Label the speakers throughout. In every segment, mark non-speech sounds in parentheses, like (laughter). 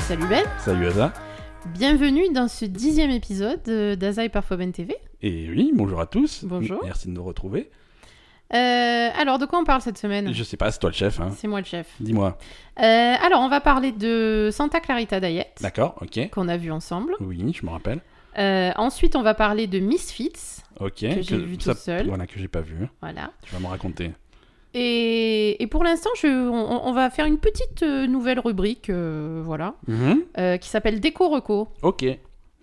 Speaker 1: Salut Ben,
Speaker 2: Salut Asa.
Speaker 1: bienvenue dans ce dixième épisode euh, d'Aza et parfois Ben TV.
Speaker 2: Et oui, bonjour à tous.
Speaker 1: Bonjour.
Speaker 2: Merci de nous retrouver.
Speaker 1: Euh, alors, de quoi on parle cette semaine
Speaker 2: Je sais pas, c'est toi le chef. Hein.
Speaker 1: C'est moi le chef.
Speaker 2: Dis-moi.
Speaker 1: Euh, alors, on va parler de Santa Clarita Diet,
Speaker 2: D'accord, ok.
Speaker 1: qu'on a vu ensemble.
Speaker 2: Oui, je me rappelle.
Speaker 1: Euh, ensuite, on va parler de Misfits,
Speaker 2: Ok.
Speaker 1: Que j'ai vu tout seul.
Speaker 2: Voilà, que j'ai pas vu.
Speaker 1: voilà.
Speaker 2: Tu vas me raconter.
Speaker 1: Et, et pour l'instant, je- on, on va faire une petite euh, nouvelle rubrique, euh, voilà,
Speaker 2: Mhm,
Speaker 1: euh, qui s'appelle Déco Reco.
Speaker 2: Ok.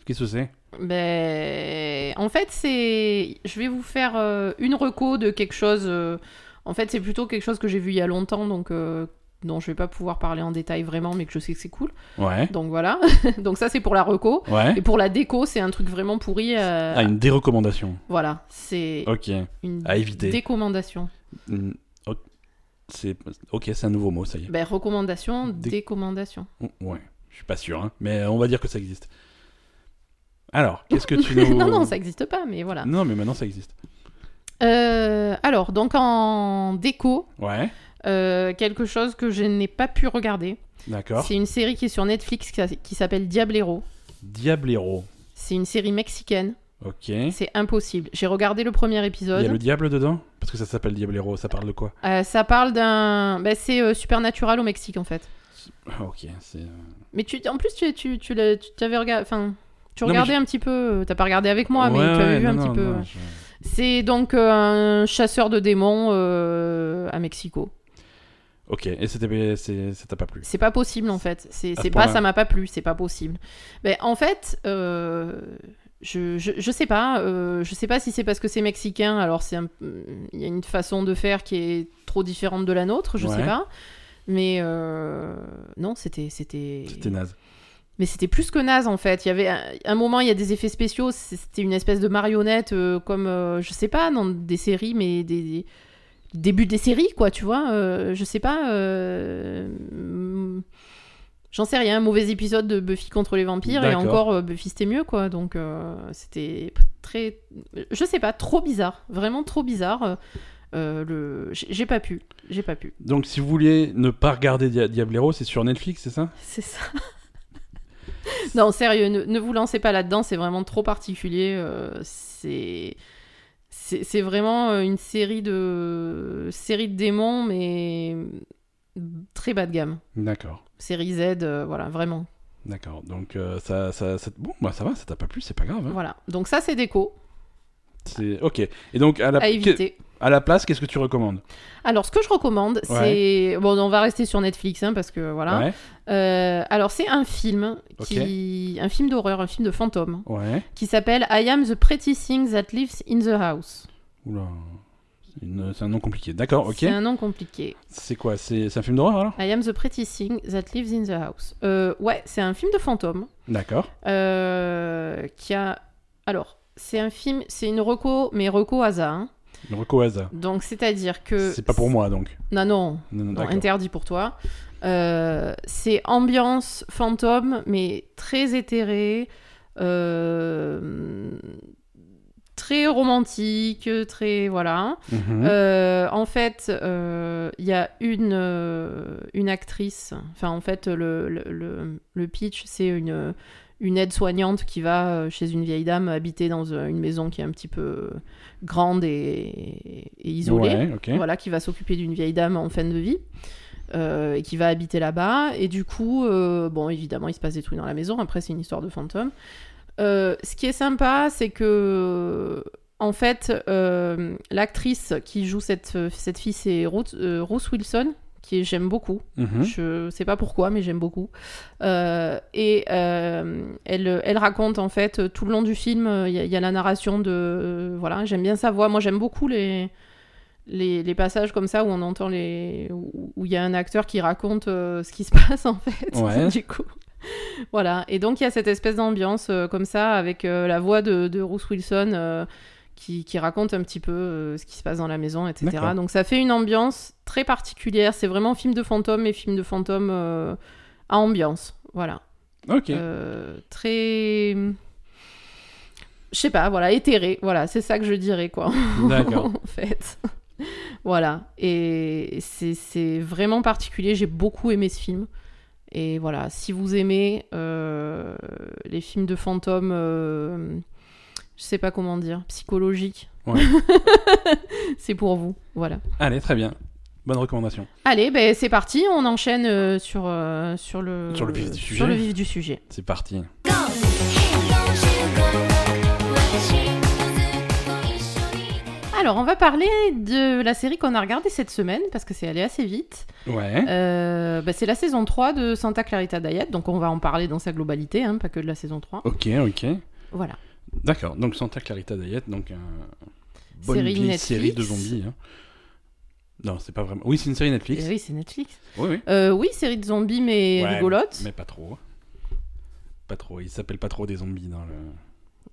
Speaker 2: Qu'est-ce que c'est
Speaker 1: Ben, en fait, c'est. Je vais vous faire euh, une reco de quelque chose. euh, En fait, c'est plutôt quelque chose que j'ai vu il y a longtemps, donc euh, dont je vais pas pouvoir parler en détail vraiment, mais que je sais que c'est cool.
Speaker 2: Ouais.
Speaker 1: Donc voilà. (laughs) donc ça, c'est pour la reco.
Speaker 2: Ouais.
Speaker 1: Et bah, pour la déco, c'est un truc vraiment pourri. euh,
Speaker 2: Ah, une dérecommandation.
Speaker 1: Voilà, c'est
Speaker 2: Ok.
Speaker 1: une
Speaker 2: à éviter.
Speaker 1: décommandation.
Speaker 2: Mm, ok. C'est ok, c'est un nouveau mot, ça y est.
Speaker 1: Ben, recommandation,
Speaker 2: Dé-
Speaker 1: décommandation.
Speaker 2: Oh, Ouais, je suis pas sûr, hein, mais on va dire que ça existe. Alors, qu'est-ce
Speaker 1: (laughs)
Speaker 2: que tu nous
Speaker 1: non, non, ça n'existe pas, mais voilà.
Speaker 2: Non, mais maintenant ça existe.
Speaker 1: Euh, alors, donc en déco,
Speaker 2: Ouais.
Speaker 1: euh, quelque chose que je n'ai pas pu regarder.
Speaker 2: D'accord.
Speaker 1: C'est une série qui est sur Netflix qui s'a- qui s'appelle Diablero.
Speaker 2: Diablero.
Speaker 1: C'est une série mexicaine.
Speaker 2: Ok. Il
Speaker 1: C'est impossible. J'ai regardé le premier
Speaker 2: Mmh. y a
Speaker 1: épisode.
Speaker 2: le diable dedans Parce que ça s'appelle Diablero, ça parle de quoi
Speaker 1: Euh, ça parle d'un. bah, c'est euh, Supernatural au Mexique en fait.
Speaker 2: Ah, Ok, c'est. euh,
Speaker 1: Mais tu, en plus, tu, tu, tu, l'as- tu t'avais regardé. Enfin, tu
Speaker 2: Non, mais
Speaker 1: regardais un petit peu. euh, T'as pas regardé avec moi, mais
Speaker 2: ouais,
Speaker 1: tu avais
Speaker 2: ouais,
Speaker 1: vu
Speaker 2: non,
Speaker 1: un
Speaker 2: non,
Speaker 1: petit peu.
Speaker 2: non,
Speaker 1: ouais.
Speaker 2: je-
Speaker 1: C'est donc euh, un chasseur de démons euh, à Mexico.
Speaker 2: Ok, et c'était... c'est- ça t'a pas plu
Speaker 1: C'est pas possible en fait. C'est
Speaker 2: À
Speaker 1: c'est
Speaker 2: ce
Speaker 1: pas
Speaker 2: point-là.
Speaker 1: ça m'a pas plu, c'est pas possible. Mais en fait, euh, je, je, je sais pas. euh, je sais pas si c'est parce que c'est mexicain, alors c'est un- il y a une façon de faire qui est trop différente de la nôtre, je sais
Speaker 2: Ouais.
Speaker 1: pas. Mais euh, non, c'était c'était
Speaker 2: C'était naze.
Speaker 1: mais c'était plus que naze en fait. Il y avait un, un moment, il y a des effets spéciaux, c'était une espèce de marionnette euh, comme euh, je sais pas dans des séries, mais des, des- début des séries quoi, tu vois. euh, je sais pas. euh, hmm, J'en sais rien. Mauvais épisode de Buffy contre les vampires et
Speaker 2: D'accord.
Speaker 1: encore euh, Buffy c'était mieux quoi. Donc euh, c'était très, je sais pas, trop bizarre, vraiment trop bizarre. euh, euh, le, j'ai j'ai pas pu, j'ai pas pu.
Speaker 2: Donc si vous voulez ne pas regarder Dia- Diablero, c'est sur Netflix, c'est ça
Speaker 1: C'est ça. (laughs) non, sérieux, ne, ne vous lancez pas là-dedans, c'est vraiment trop particulier. euh, c'est. C'est c'est vraiment euh, une série de série de démons, mais très bas de gamme.
Speaker 2: D'accord.
Speaker 1: Série Z, euh, voilà, vraiment.
Speaker 2: D'accord, donc euh, ça, ça, ça- Bon, bah ça va, ça t'a pas plu, c'est pas grave. hein.
Speaker 1: Voilà. Donc ça, c'est déco
Speaker 2: C'est... Ok, et donc à la,
Speaker 1: à éviter.
Speaker 2: à la place, qu'est-ce que tu recommandes
Speaker 1: Alors, ce que je recommande, c'est bon, on va rester sur Netflix, hein, parce que voilà.
Speaker 2: Ouais,
Speaker 1: Euh, alors, c'est un film qui, un film d'horreur, un film de fantôme,
Speaker 2: ouais.
Speaker 1: qui s'appelle I Am the Pretty Thing That Lives in the House.
Speaker 2: Oula, c'est, une- c'est un nom compliqué. D'accord, ok.
Speaker 1: C'est un nom compliqué.
Speaker 2: C'est quoi c'est... c'est un film d'horreur alors
Speaker 1: I am the pretty thing that lives in the house. Euh, ouais, c'est un film de fantôme
Speaker 2: D'accord.
Speaker 1: euh, qui a. Alors, c'est un film, c'est une reco, mais reco hasard. hein.
Speaker 2: Le Rocco Haza.
Speaker 1: Donc, c'est-à-dire que.
Speaker 2: C'est pas pour moi donc.
Speaker 1: Non, non,
Speaker 2: Non, non,
Speaker 1: Euh, non,
Speaker 2: d'accord.
Speaker 1: interdit pour toi. Euh, c'est ambiance fantôme, mais très éthéré, euh, très romantique, très voilà.
Speaker 2: Mhm.
Speaker 1: Euh, en fait, euh, il y a une, euh, une actrice, enfin en fait le, le- le- le pitch c'est une, une aide-soignante qui va euh, chez une vieille dame habiter dans euh, une maison qui est un petit peu euh, grande et, et isolée,
Speaker 2: Ouais, ok.
Speaker 1: voilà, qui va s'occuper d'une vieille dame en fin de vie. euh, et qui va habiter là-bas. Et du coup, euh, bon, évidemment, il se passe des trucs dans la maison. Après, c'est une histoire de fantôme. Euh, ce qui est sympa, c'est que en fait, euh, l'actrice qui joue cette, cette fille, c'est Ruth- euh, Ruth Wilson, qui j'aime beaucoup.
Speaker 2: Mhm.
Speaker 1: Je sais pas pourquoi, mais j'aime beaucoup. Euh, et euh, elle, elle raconte en fait tout le long du film, euh, il y, a- il y a la narration de euh, voilà, j'aime bien sa voix. Moi, j'aime beaucoup les, les les passages comme ça où on entend les où où il y a un acteur qui raconte euh, ce qui se (laughs) passe en fait.
Speaker 2: Ouais.
Speaker 1: (laughs) du coup. Voilà, et donc il y a cette espèce d'ambiance euh, comme ça avec euh, la voix de, de Ruth Wilson euh, qui, qui raconte un petit peu euh, ce qui se passe dans la maison, etc.
Speaker 2: D'accord.
Speaker 1: Donc ça fait une ambiance très particulière. C'est vraiment film de fantôme et film de fantôme euh, à ambiance. Voilà. (laughs)
Speaker 2: Ok.
Speaker 1: Euh, très. Je sais pas, voilà, éthéré. Voilà, c'est ça que je dirais, quoi.
Speaker 2: D'accord.
Speaker 1: en fait. (laughs) voilà. Et c'est- c'est vraiment particulier. J'ai beaucoup aimé ce film. Et voilà, si vous aimez euh, les films de fantômes, euh, je sais pas comment dire, psychologiques,
Speaker 2: Ouais.
Speaker 1: (laughs) c'est pour vous. Voilà.
Speaker 2: Allez, très bien. Bonne recommandation.
Speaker 1: Allez, ben, c'est parti, on enchaîne euh, sur, euh, sur, le,
Speaker 2: Sur le vif du
Speaker 1: sur
Speaker 2: sujet.
Speaker 1: le vif du sujet.
Speaker 2: C'est parti.
Speaker 3: ゴー変顔集合私ずっと一緒に
Speaker 1: Alors, on va parler de la série qu'on a regardée cette semaine, parce que c'est allé assez vite.
Speaker 2: Ouais.
Speaker 1: Euh, ben, c'est la saison 3 de Santa Clarita Diet, donc on va en parler dans sa globalité, hein, pas que de la saison 3.
Speaker 2: Ok, ok.
Speaker 1: Voilà.
Speaker 2: D'accord. Donc Santa Clarita Diet, donc un bonne
Speaker 1: Série
Speaker 2: vieille
Speaker 1: Netflix.
Speaker 2: série de zombies. hein. Non, c'est pas vraiment. Oui, c'est une série Netflix.
Speaker 1: Eh oui, c'est Netflix.
Speaker 2: Oui, oui.
Speaker 1: Euh, oui, série de zombies, mais
Speaker 2: Ouais,
Speaker 1: rigolote.
Speaker 2: Mais pas trop. Pas trop. Ils s'appellent pas trop des zombies dans le.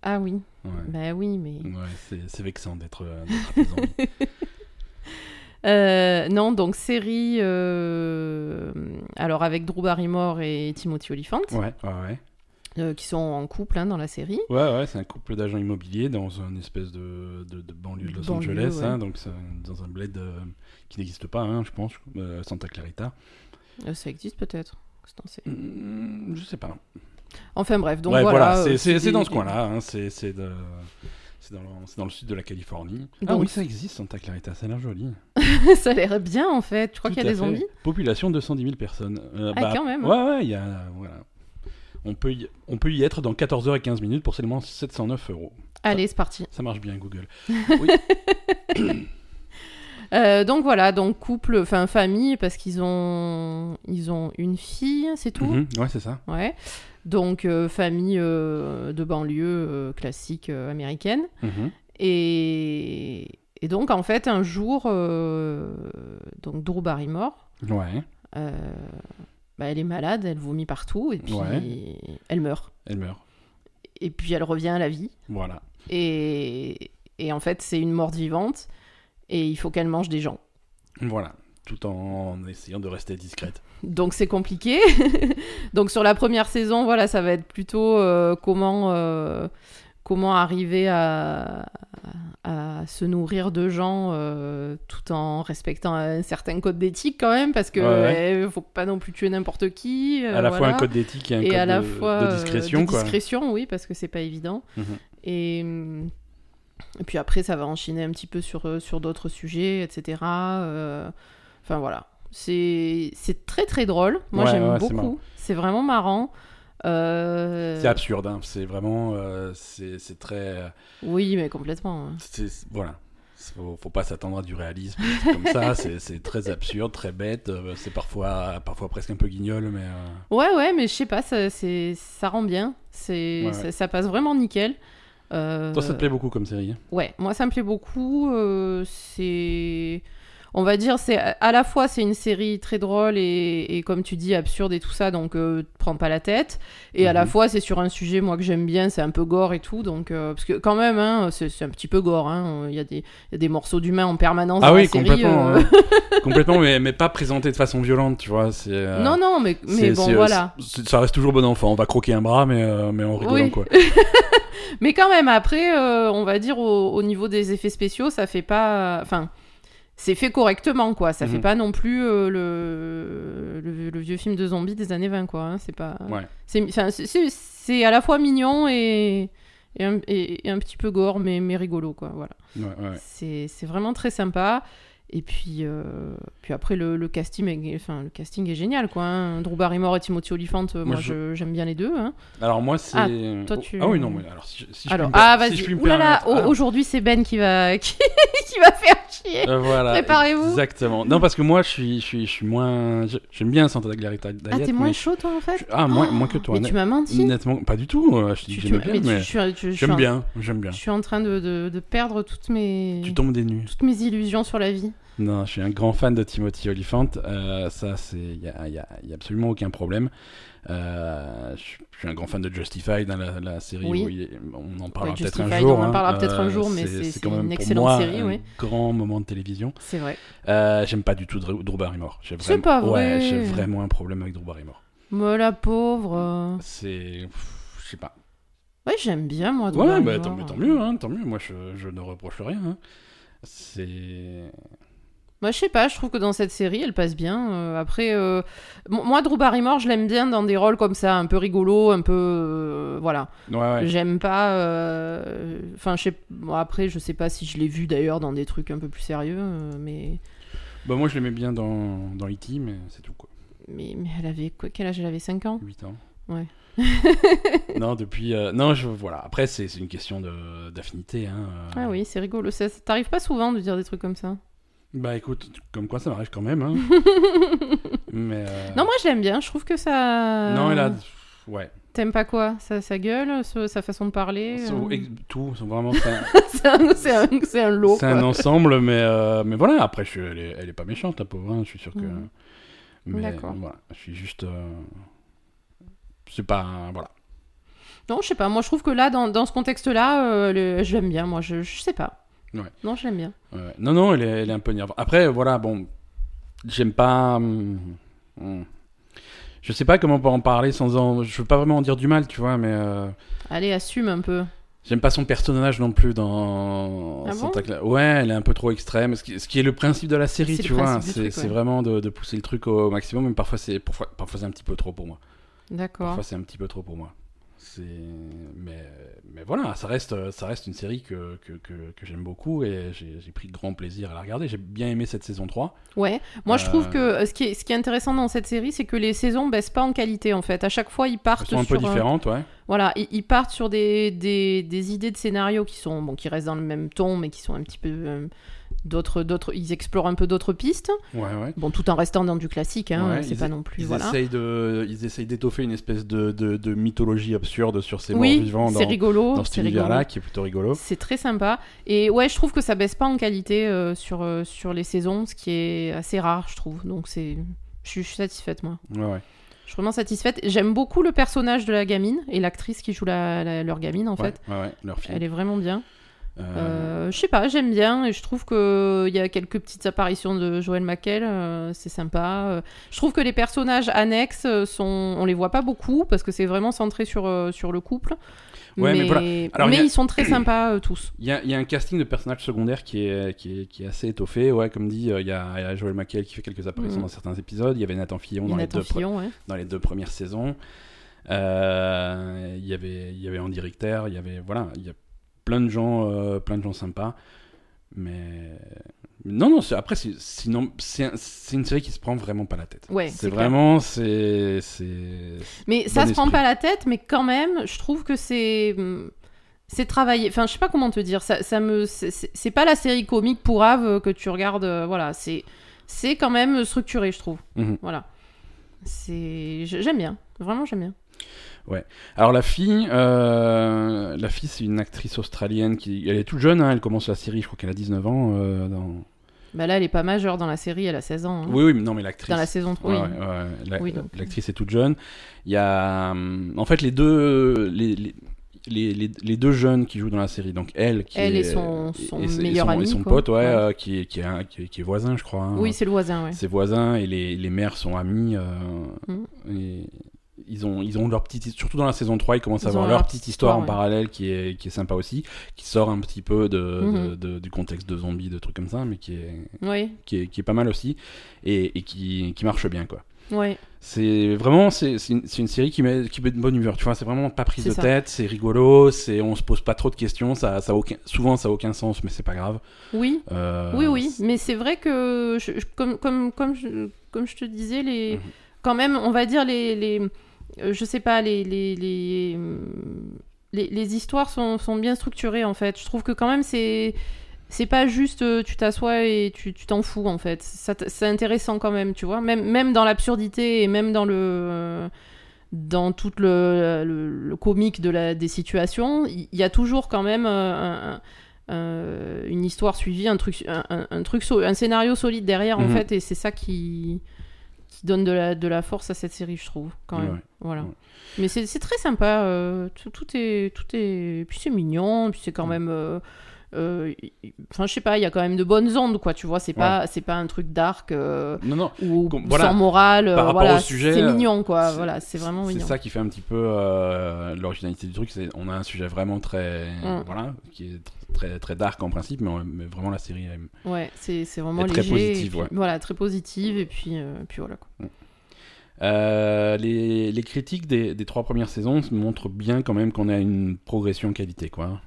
Speaker 1: Ah oui,
Speaker 2: Ouais.
Speaker 1: bah oui, mais...
Speaker 2: Ouais, c'est c'est vexant d'être euh, d'être des zombies.
Speaker 1: Euh, non, donc série... euh, Alors, avec Drew Barrymore et Timothy Olyphant,
Speaker 2: (laughs) Ouais, ouais, ouais.
Speaker 1: euh, qui sont en couple hein, dans la série.
Speaker 2: Ouais, ouais, c'est un couple d'agents immobiliers dans une espèce de, de, de banlieue de Los
Speaker 1: Banlieue,
Speaker 2: Angeles,
Speaker 1: ouais.
Speaker 2: hein, donc c'est un- dans un bled euh, qui n'existe pas, hein, je pense, euh, Santa Clarita.
Speaker 1: Euh, ça existe peut-être Qu'est-ce que t'en sais
Speaker 2: Hmm, je sais pas.
Speaker 1: Enfin bref, donc
Speaker 2: Ouais,
Speaker 1: voilà.
Speaker 2: c'est-
Speaker 1: euh,
Speaker 2: c'est c'est
Speaker 1: des-
Speaker 2: dans ce coin-là, hein, c'est c'est de- c'est dans, le- c'est dans le sud de la Californie. ah
Speaker 1: Donc-
Speaker 2: oui, ça existe, Santa Clarita, ça a l'air joli.
Speaker 1: (laughs) ça a l'air bien en fait. Je crois
Speaker 2: Tout
Speaker 1: qu'il y a
Speaker 2: à
Speaker 1: des
Speaker 2: fait.
Speaker 1: zombies.
Speaker 2: Population 210 000 personnes. Euh,
Speaker 1: Ah, quand même, hein.
Speaker 2: Ouais, ouais, il y a. Voilà. On peut, y, on peut y être dans 14h15 minutes pour seulement 709 euros.
Speaker 1: Allez, c'est parti.
Speaker 2: Ça marche bien, Google.
Speaker 1: Euh, donc voilà, donc couple, enfin famille, parce qu'ils ont, ils ont une fille, c'est tout.
Speaker 2: Mhm, ouais, c'est ça.
Speaker 1: Ouais. Donc euh, famille euh, de banlieue euh, classique euh, américaine.
Speaker 2: Mhm.
Speaker 1: Et... et donc en fait un jour, euh, donc Drew Barrymore,
Speaker 2: Ouais,
Speaker 1: euh, bah, elle est malade, elle vomit partout et puis
Speaker 2: Ouais.
Speaker 1: elle meurt.
Speaker 2: elle meurt.
Speaker 1: Et puis elle revient à la vie.
Speaker 2: Voilà.
Speaker 1: Et, et en fait, c'est une morte vivante. Et il faut qu'elle mange des gens.
Speaker 2: Voilà. Tout en essayant de rester discrète.
Speaker 1: Donc c'est compliqué. (laughs) Donc sur la première saison, voilà, ça va être plutôt euh, comment, euh, comment arriver à, à se nourrir de gens euh, tout en respectant un certain code d'éthique quand même, parce que
Speaker 2: Ouais, ouais.
Speaker 1: euh, faut pas non plus tuer n'importe qui. euh,
Speaker 2: à la fois
Speaker 1: voilà.
Speaker 2: un code d'éthique et un
Speaker 1: et
Speaker 2: code
Speaker 1: à la
Speaker 2: de,
Speaker 1: fois
Speaker 2: de
Speaker 1: euh,
Speaker 2: discrétion,
Speaker 1: de
Speaker 2: quoi.
Speaker 1: discrétion, oui, parce que c'est pas évident.
Speaker 2: Mhm.
Speaker 1: Et, hum, et puis après, ça va enchaîner un petit peu sur, euh, sur d'autres sujets, etc. Euh, Enfin voilà, c'est c'est très très drôle. Moi
Speaker 2: Ouais,
Speaker 1: j'aime
Speaker 2: ouais, c'est marrant.
Speaker 1: beaucoup. C'est vraiment marrant. Euh,
Speaker 2: C'est absurde, hein. c'est vraiment. euh, c'est c'est très. euh,
Speaker 1: Oui, mais complètement. hein.
Speaker 2: c'est- c'est- voilà. Faut, faut pas s'attendre à du réalisme c'est comme
Speaker 1: (laughs)
Speaker 2: ça. C'est c'est très absurde, très bête. euh, C'est parfois, parfois presque un peu guignol, mais. euh,
Speaker 1: Ouais, ouais, mais je sais pas, ça, c'est- ça rend bien. c'est
Speaker 2: Ouais,
Speaker 1: ça,
Speaker 2: ouais.
Speaker 1: ça passe vraiment nickel. Euh,
Speaker 2: Toi, ça te plaît beaucoup comme série. hein
Speaker 1: Ouais, moi ça me plaît beaucoup. euh, c'est, on va dire, c'est à la fois c'est une série très drôle et, et comme tu dis absurde et tout ça, donc euh, te prends pas la tête. Et à la
Speaker 2: Mhm.
Speaker 1: fois c'est sur un sujet moi que j'aime bien, c'est un peu gore et tout, donc euh, parce que quand même, hein, c'est c'est un petit peu gore. hein, Il y a des, il y a des morceaux d'humains en permanence.
Speaker 2: Ah
Speaker 1: dans
Speaker 2: oui,
Speaker 1: la série,
Speaker 2: complètement.
Speaker 1: euh,
Speaker 2: hein. (laughs) complètement, mais, mais pas présenté de façon violente, tu vois. c'est, euh,
Speaker 1: non, non, mais, mais
Speaker 2: c'est-
Speaker 1: bon
Speaker 2: c'est, euh,
Speaker 1: voilà.
Speaker 2: c'est- Ça reste toujours bon enfant. On va croquer un bras, mais, euh, mais en rigolant,
Speaker 1: Oui. (laughs)
Speaker 2: quoi.
Speaker 1: Mais quand même, après, euh, on va dire au, au niveau des effets spéciaux, ça fait pas. Enfin, c'est fait correctement, quoi. Ça
Speaker 2: Mhm.
Speaker 1: fait pas non plus euh, le... le le vieux film de zombies des années 20, quoi. hein. C'est pas.
Speaker 2: Ouais.
Speaker 1: C'est enfin, c'est- c'est- c'est à la fois mignon et. Et un, et- et un petit peu gore, mais, mais rigolo, quoi. Voilà.
Speaker 2: Ouais, ouais.
Speaker 1: C'est c'est vraiment très sympa. Et puis, euh, puis après, le, le casting est, enfin, le casting est génial, quoi. hein. Drew Barrymore et Timothy Olyphant, euh, moi,
Speaker 2: Moi, je-
Speaker 1: je- j'aime bien les deux. hein.
Speaker 2: Alors moi c'est.
Speaker 1: Ah, toi, tu-
Speaker 2: Ah oui non mais alors si, je- si je
Speaker 1: Alors,
Speaker 2: puis me
Speaker 1: ah
Speaker 2: per- si
Speaker 1: vas-y,
Speaker 2: je puis me
Speaker 1: Ouh là là,
Speaker 2: permettre-
Speaker 1: au-
Speaker 2: Ah,
Speaker 1: aujourd'hui c'est Ben qui va (laughs) qui, qui va faire chier.
Speaker 2: euh, voilà.
Speaker 1: oh, préparez-vous.
Speaker 2: Exactement. Non parce que moi je suis je suis, je suis moins je- j'aime bien Santa Clarita Diet.
Speaker 1: ah t'es
Speaker 2: mais
Speaker 1: moins
Speaker 2: je-
Speaker 1: chaud toi en fait.
Speaker 2: Ah moins
Speaker 1: Oh,
Speaker 2: moins que toi.
Speaker 1: mais
Speaker 2: net-
Speaker 1: tu m'as menti.
Speaker 2: Nettement pas du tout. euh, Je te dis
Speaker 1: Tu-
Speaker 2: que
Speaker 1: tu
Speaker 2: j'aime
Speaker 1: m'as-
Speaker 2: bien
Speaker 1: mais tu-
Speaker 2: mais
Speaker 1: je suis- je- je suis
Speaker 2: j'aime
Speaker 1: en-
Speaker 2: bien j'aime bien.
Speaker 1: Je suis en train de, de- de perdre toutes mes
Speaker 2: Tu tombes des nues.
Speaker 1: toutes mes illusions sur la vie.
Speaker 2: Non, je suis un grand fan de Timothy Olyphant. Euh, ça, c'est, il y a, y a- y a absolument aucun problème. Euh, je suis- je suis un grand fan de Justified, hein, la, la série.
Speaker 1: Oui.
Speaker 2: Où il est- on en parlera
Speaker 1: Ouais,
Speaker 2: peut-être un
Speaker 1: Justified,
Speaker 2: jour.
Speaker 1: on en
Speaker 2: hein.
Speaker 1: parlera peut-être un jour, mais c'est-
Speaker 2: quand
Speaker 1: c'est
Speaker 2: même
Speaker 1: une
Speaker 2: pour
Speaker 1: excellente
Speaker 2: moi
Speaker 1: série,
Speaker 2: un
Speaker 1: oui.
Speaker 2: grand moment de télévision.
Speaker 1: C'est vrai.
Speaker 2: Euh, j'aime pas du tout Drew, Drew Barrymore. J'ai
Speaker 1: C'est
Speaker 2: vraiment-
Speaker 1: pas vrai.
Speaker 2: Ouais, j'ai vraiment un problème avec Drew Barrymore.
Speaker 1: Moi la pauvre. euh.
Speaker 2: C'est, pff, je sais pas.
Speaker 1: Ouais j'aime bien moi. Drew
Speaker 2: Ouais, bah,
Speaker 1: Barrymore.
Speaker 2: tant, mais tant mieux, hein, tant mieux. Moi, je, je ne reproche rien. hein. C'est.
Speaker 1: Moi, je sais pas, je trouve que dans cette série, elle passe bien. Euh, après, euh, mo- moi, Drew Barrymore, je l'aime bien dans des rôles comme ça, un peu rigolo, un peu. euh, voilà.
Speaker 2: Ouais, ouais.
Speaker 1: J'aime pas. euh, Enfin, je sais. bon, après, je sais pas si je l'ai vu d'ailleurs dans des trucs un peu plus sérieux, euh, mais.
Speaker 2: Bah, moi, je l'aimais bien dans, dans E.T., mais c'est tout, quoi.
Speaker 1: Mais, mais elle avait quoi Quel âge elle avait 5 ans
Speaker 2: 8 ans.
Speaker 1: Ouais.
Speaker 2: (laughs) non, depuis. euh, non, je, voilà. Après, c'est c'est une question de- d'affinité. Hein. euh.
Speaker 1: Ah oui, c'est rigolo. Ça, ça t'arrive pas souvent de dire des trucs comme ça.
Speaker 2: Bah, écoute, comme quoi, ça m'arrive quand
Speaker 1: (laughs)
Speaker 2: même. Hein. mais. euh,
Speaker 1: Non, moi euh, je l'aime bien. Je trouve que ça.
Speaker 2: Non, elle a. Ouais.
Speaker 1: T'aimes pas quoi sa, sa gueule, ce- sa façon de parler
Speaker 2: So-
Speaker 1: euh,
Speaker 2: ex- Tout, c'est vraiment. c'est un-
Speaker 1: (laughs) C'est un, c'est un- c'est un lot.
Speaker 2: C'est un
Speaker 1: quoi.
Speaker 2: ensemble, mais, euh, mais voilà, après, je, suis- elle, est, elle est pas méchante, la pauvre, hein, je suis sûr que...
Speaker 1: Mhm.
Speaker 2: Mais
Speaker 1: D'accord.
Speaker 2: voilà, je suis juste... euh, C'est pas... un- Voilà.
Speaker 1: Non, je sais pas. Moi, je trouve que là, dans, dans ce contexte-là, euh, le- je l'aime bien. Moi, je, je sais pas.
Speaker 2: Ouais.
Speaker 1: Non, je l'aime bien.
Speaker 2: Ouais, ouais. Non, non, elle est, elle est un peu nerveuse. Après, voilà, bon, j'aime pas... hum, hum. Je sais pas comment en parler sans en... Je veux pas vraiment en dire du mal, tu vois, mais... euh,
Speaker 1: Allez, assume un peu.
Speaker 2: J'aime pas son personnage non plus dans
Speaker 1: Ah
Speaker 2: Santa Clara. Ouais, elle est un peu trop extrême. Ce qui, ce qui est le principe de la série,
Speaker 1: C'est le
Speaker 2: tu vois.
Speaker 1: principe du
Speaker 2: C'est
Speaker 1: truc,
Speaker 2: c'est
Speaker 1: ouais.
Speaker 2: vraiment de, de pousser le truc au maximum, mais parfois c'est parfois, parfois c'est un petit peu trop pour moi.
Speaker 1: D'accord.
Speaker 2: Parfois c'est un petit peu trop pour moi. C'est mais mais voilà, ça reste ça reste une série que que, que, que j'aime beaucoup et j'ai j'ai pris grand plaisir à la regarder. J'ai bien aimé cette saison 3.
Speaker 1: Ouais. Moi, je trouve
Speaker 2: Euh,
Speaker 1: que euh, ce qui, est, ce qui est intéressant dans cette série, c'est que les saisons baissent pas en qualité, en fait. À chaque fois, ils
Speaker 2: Elles
Speaker 1: partent
Speaker 2: sont un peu
Speaker 1: sur euh, un-
Speaker 2: différentes, ouais.
Speaker 1: Voilà, ils, ils partent sur des, des, des idées de scénarios qui sont bon, qui restent dans le même ton, mais qui sont un petit peu euh, d'autres, d'autres. Ils explorent un peu d'autres pistes.
Speaker 2: Ouais ouais.
Speaker 1: Bon, tout en restant dans du classique, hein,
Speaker 2: Ouais,
Speaker 1: c'est
Speaker 2: ils-
Speaker 1: pas non plus.
Speaker 2: Ils
Speaker 1: voilà.
Speaker 2: essayent de ils essayent d'étoffer une espèce de, de, de mythologie absurde sur ces morts
Speaker 1: Oui,
Speaker 2: vivants
Speaker 1: c'est
Speaker 2: dans,
Speaker 1: rigolo.
Speaker 2: dans cet
Speaker 1: c'est rigolo.
Speaker 2: univers-là qui est plutôt rigolo.
Speaker 1: C'est très sympa. Et ouais, je trouve que ça baisse pas en qualité euh, sur, euh, sur les saisons, ce qui est assez rare, je trouve. Donc c'est. Je suis je suis satisfaite, moi.
Speaker 2: Ouais, ouais.
Speaker 1: Je suis vraiment satisfaite. J'aime beaucoup le personnage de la gamine et l'actrice qui joue la, la- leur gamine, en fait.
Speaker 2: Ouais, ouais, ouais, leur fille.
Speaker 1: Elle est vraiment bien.
Speaker 2: Euh,
Speaker 1: Euh, je sais pas, j'aime bien. Et je trouve qu'il y a quelques petites apparitions de Joël McHale. euh, c'est sympa. Euh, je trouve que les personnages annexes euh, sont. On les voit pas beaucoup parce que c'est vraiment centré sur, euh, sur le couple.
Speaker 2: Ouais, mais voilà. Alors,
Speaker 1: mais
Speaker 2: il y a-
Speaker 1: ils sont
Speaker 2: (clears throat)
Speaker 1: très sympas euh, tous.
Speaker 2: Il y, a, il y a un casting de personnages secondaires qui est, qui est, qui est assez étoffé. Ouais, comme dit, euh, il y, a il y a Joël McHale qui fait quelques apparitions
Speaker 1: Mhm.
Speaker 2: dans certains épisodes. Il y avait Nathan Fillon, dans,
Speaker 1: Nathan
Speaker 2: les, deux pre-
Speaker 1: Fillon, ouais.
Speaker 2: dans les deux premières saisons. Euh, il, y avait, il y avait Andy Richter. Il y avait, voilà, il y a plein de gens, euh, plein de gens sympas. Mais non, non. c'est- Après, c'est- sinon, c'est un- c'est une série qui se prend vraiment pas la tête.
Speaker 1: Ouais,
Speaker 2: c'est
Speaker 1: c'est clair.
Speaker 2: vraiment, c'est, c'est,
Speaker 1: Mais ça se prend
Speaker 2: esprit.
Speaker 1: pas la tête, mais quand même, je trouve que c'est. hum, C'est travaillé. Enfin, je sais pas comment te dire. Ça, ça me. c'est- C'est c'est pas la série comique pour Ave que tu regardes. euh, Voilà, c'est. C'est quand même structuré, je trouve.
Speaker 2: Mhm.
Speaker 1: Voilà. C'est. je- J'aime bien. Vraiment, j'aime bien.
Speaker 2: Alors la fille, euh, la fille c'est une actrice australienne qui, elle est toute jeune, hein, elle commence la série, je crois qu'elle a 19 ans. euh, dans-
Speaker 1: Bah là, elle est pas majeure dans la série, elle a 16 ans. hein.
Speaker 2: Oui oui, mais non mais l'actrice.
Speaker 1: dans la saison 3.
Speaker 2: Ouais, ouais, ouais, la-
Speaker 1: Oui, donc.
Speaker 2: L'actrice est toute jeune. Il y a, hum, en fait les deux, les, les- les- les- les deux jeunes qui jouent dans la série, donc elle qui
Speaker 1: Elle
Speaker 2: est
Speaker 1: et son- son
Speaker 2: et- et
Speaker 1: meilleur
Speaker 2: son-
Speaker 1: ami,
Speaker 2: et son
Speaker 1: quoi.
Speaker 2: pote, ouais,
Speaker 1: Ouais.
Speaker 2: euh, qui, est- qui est un- qui est- qui est voisin, je crois. hein.
Speaker 1: Oui, c'est le voisin, ouais.
Speaker 2: ses voisins et les, les mères sont amis. euh,
Speaker 1: Mm.
Speaker 2: et ils ont, ils ont leur petite, surtout dans la saison 3, ils commencent
Speaker 1: Ils
Speaker 2: à avoir
Speaker 1: ont
Speaker 2: leur, petite histoire en
Speaker 1: ouais.
Speaker 2: parallèle qui est, qui est sympa aussi, qui sort un petit peu de, de-
Speaker 1: Mhm.
Speaker 2: de- du contexte de zombies, de trucs comme ça, mais qui est,
Speaker 1: Oui,
Speaker 2: qui est, qui est pas mal aussi et, et qui, qui marche bien, quoi.
Speaker 1: ouais.
Speaker 2: C'est vraiment c'est c'est une, c'est une série qui met, qui met de bonne humeur, tu vois, c'est vraiment pas prise
Speaker 1: C'est
Speaker 2: de
Speaker 1: ça.
Speaker 2: tête, c'est rigolo, c'est on se pose pas trop de questions, ça, ça a aucun, souvent ça a aucun sens, mais c'est pas grave.
Speaker 1: Oui,
Speaker 2: Euh,
Speaker 1: Oui, oui, mais c'est vrai que, je- je- comme, comme, comme, je, comme je te disais, les,
Speaker 2: Mhm.
Speaker 1: quand même, on va dire, les, les, euh, je sais pas, les, les, les, hum, les, les histoires sont, sont bien structurées, en fait. Je trouve que quand même, c'est... C'est pas juste euh, tu t'assois et tu tu t'en fous en fait. Ça t- C'est intéressant quand même, tu vois. Même, même dans l'absurdité et même dans le euh, dans tout le, le, le comique de la, des situations, il il y, a toujours quand même euh, un- un- euh, une histoire suivie, un truc, un, un- un truc, so- un scénario solide derrière en
Speaker 2: Mhm.
Speaker 1: fait, et c'est ça qui qui donne de la, de la force à cette série, je trouve, quand même.
Speaker 2: Ouais.
Speaker 1: Voilà.
Speaker 2: Ouais.
Speaker 1: Mais c'est c'est très sympa. euh, tout, tout est, tout est, puis c'est mignon, puis c'est quand
Speaker 2: Mm.
Speaker 1: même. euh, euh, y- y- Enfin, je sais pas, il y a quand même de bonnes ondes, quoi. Tu vois, c'est pas, c'est pas un truc dark euh,
Speaker 2: Non, non,
Speaker 1: ou
Speaker 2: Com- voilà.
Speaker 1: sans morale. euh,
Speaker 2: Par rapport
Speaker 1: voilà,
Speaker 2: au sujet,
Speaker 1: c'est
Speaker 2: euh,
Speaker 1: mignon, quoi.
Speaker 2: c'est-
Speaker 1: Voilà, c'est vraiment
Speaker 2: C'est
Speaker 1: mignon.
Speaker 2: ça qui fait un petit peu euh, l'originalité du truc. C'est on a un sujet vraiment très
Speaker 1: Mm.
Speaker 2: voilà qui est tr- très très dark en principe, mais, on- mais vraiment la série elle-
Speaker 1: Ouais, c'est c'est vraiment
Speaker 2: Et très
Speaker 1: léger.
Speaker 2: positive,
Speaker 1: et puis-
Speaker 2: ouais.
Speaker 1: Voilà, très positive et puis, euh, puis voilà. quoi.
Speaker 2: Euh, les, les critiques des, des trois premières saisons montrent bien quand même qu'on a une progression qualité, quoi.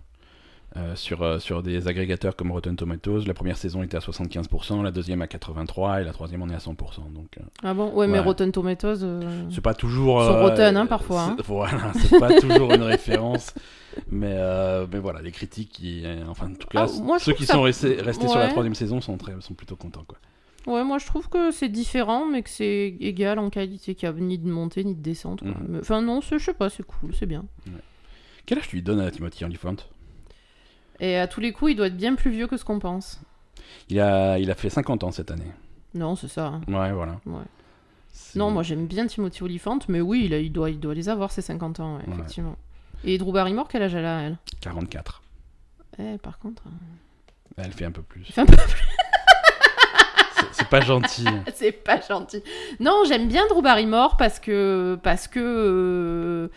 Speaker 2: Euh, sur, euh, sur des agrégateurs comme Rotten Tomatoes, la première saison était à 75%, la deuxième à 83% et la troisième on est à 100%. Donc euh,
Speaker 1: Ah bon Ouais, mais
Speaker 2: Ouais.
Speaker 1: Rotten Tomatoes. euh,
Speaker 2: c'est pas toujours.
Speaker 1: Sur
Speaker 2: euh,
Speaker 1: Rotten, hein,
Speaker 2: euh,
Speaker 1: parfois,
Speaker 2: c'est- (laughs) Voilà, c'est pas toujours une référence. Mais, euh, mais voilà, les critiques, qui, euh, enfin en tout cas,
Speaker 1: Ah, moi, je
Speaker 2: ceux
Speaker 1: trouve
Speaker 2: qui
Speaker 1: ça-
Speaker 2: sont restés, restés sur la
Speaker 1: Ouais.
Speaker 2: troisième saison sont, très, sont plutôt contents. Quoi.
Speaker 1: Ouais, moi je trouve que c'est différent, mais que c'est égal en qualité, qu'il n'y a ni de montée ni de descente. quoi.
Speaker 2: Mhm.
Speaker 1: Mais- Enfin, non, c'est- je sais pas, c'est cool, c'est bien.
Speaker 2: Quel âge tu lui donnes à Timothy Olyphant
Speaker 1: Et à tous les coups, il doit être bien plus vieux que ce qu'on pense.
Speaker 2: il a, il a fait 50 ans cette année.
Speaker 1: Non, c'est ça. hein.
Speaker 2: Ouais, voilà.
Speaker 1: Ouais.
Speaker 2: C'est-
Speaker 1: Non, moi j'aime bien Timothy Olyphant, mais oui, il, a- il doit, il doit les avoir, ses 50 ans, ouais,
Speaker 2: Ouais.
Speaker 1: effectivement. Et Drew Barrymore, quel âge elle a, elle
Speaker 2: 44.
Speaker 1: Eh, par contre. hein.
Speaker 2: Elle fait un peu plus.
Speaker 1: fait un peu
Speaker 2: (laughs) C'est- C'est pas gentil.
Speaker 1: (laughs) C'est pas gentil. Non, j'aime bien Drew Barrymore parce que. Parce que. euh,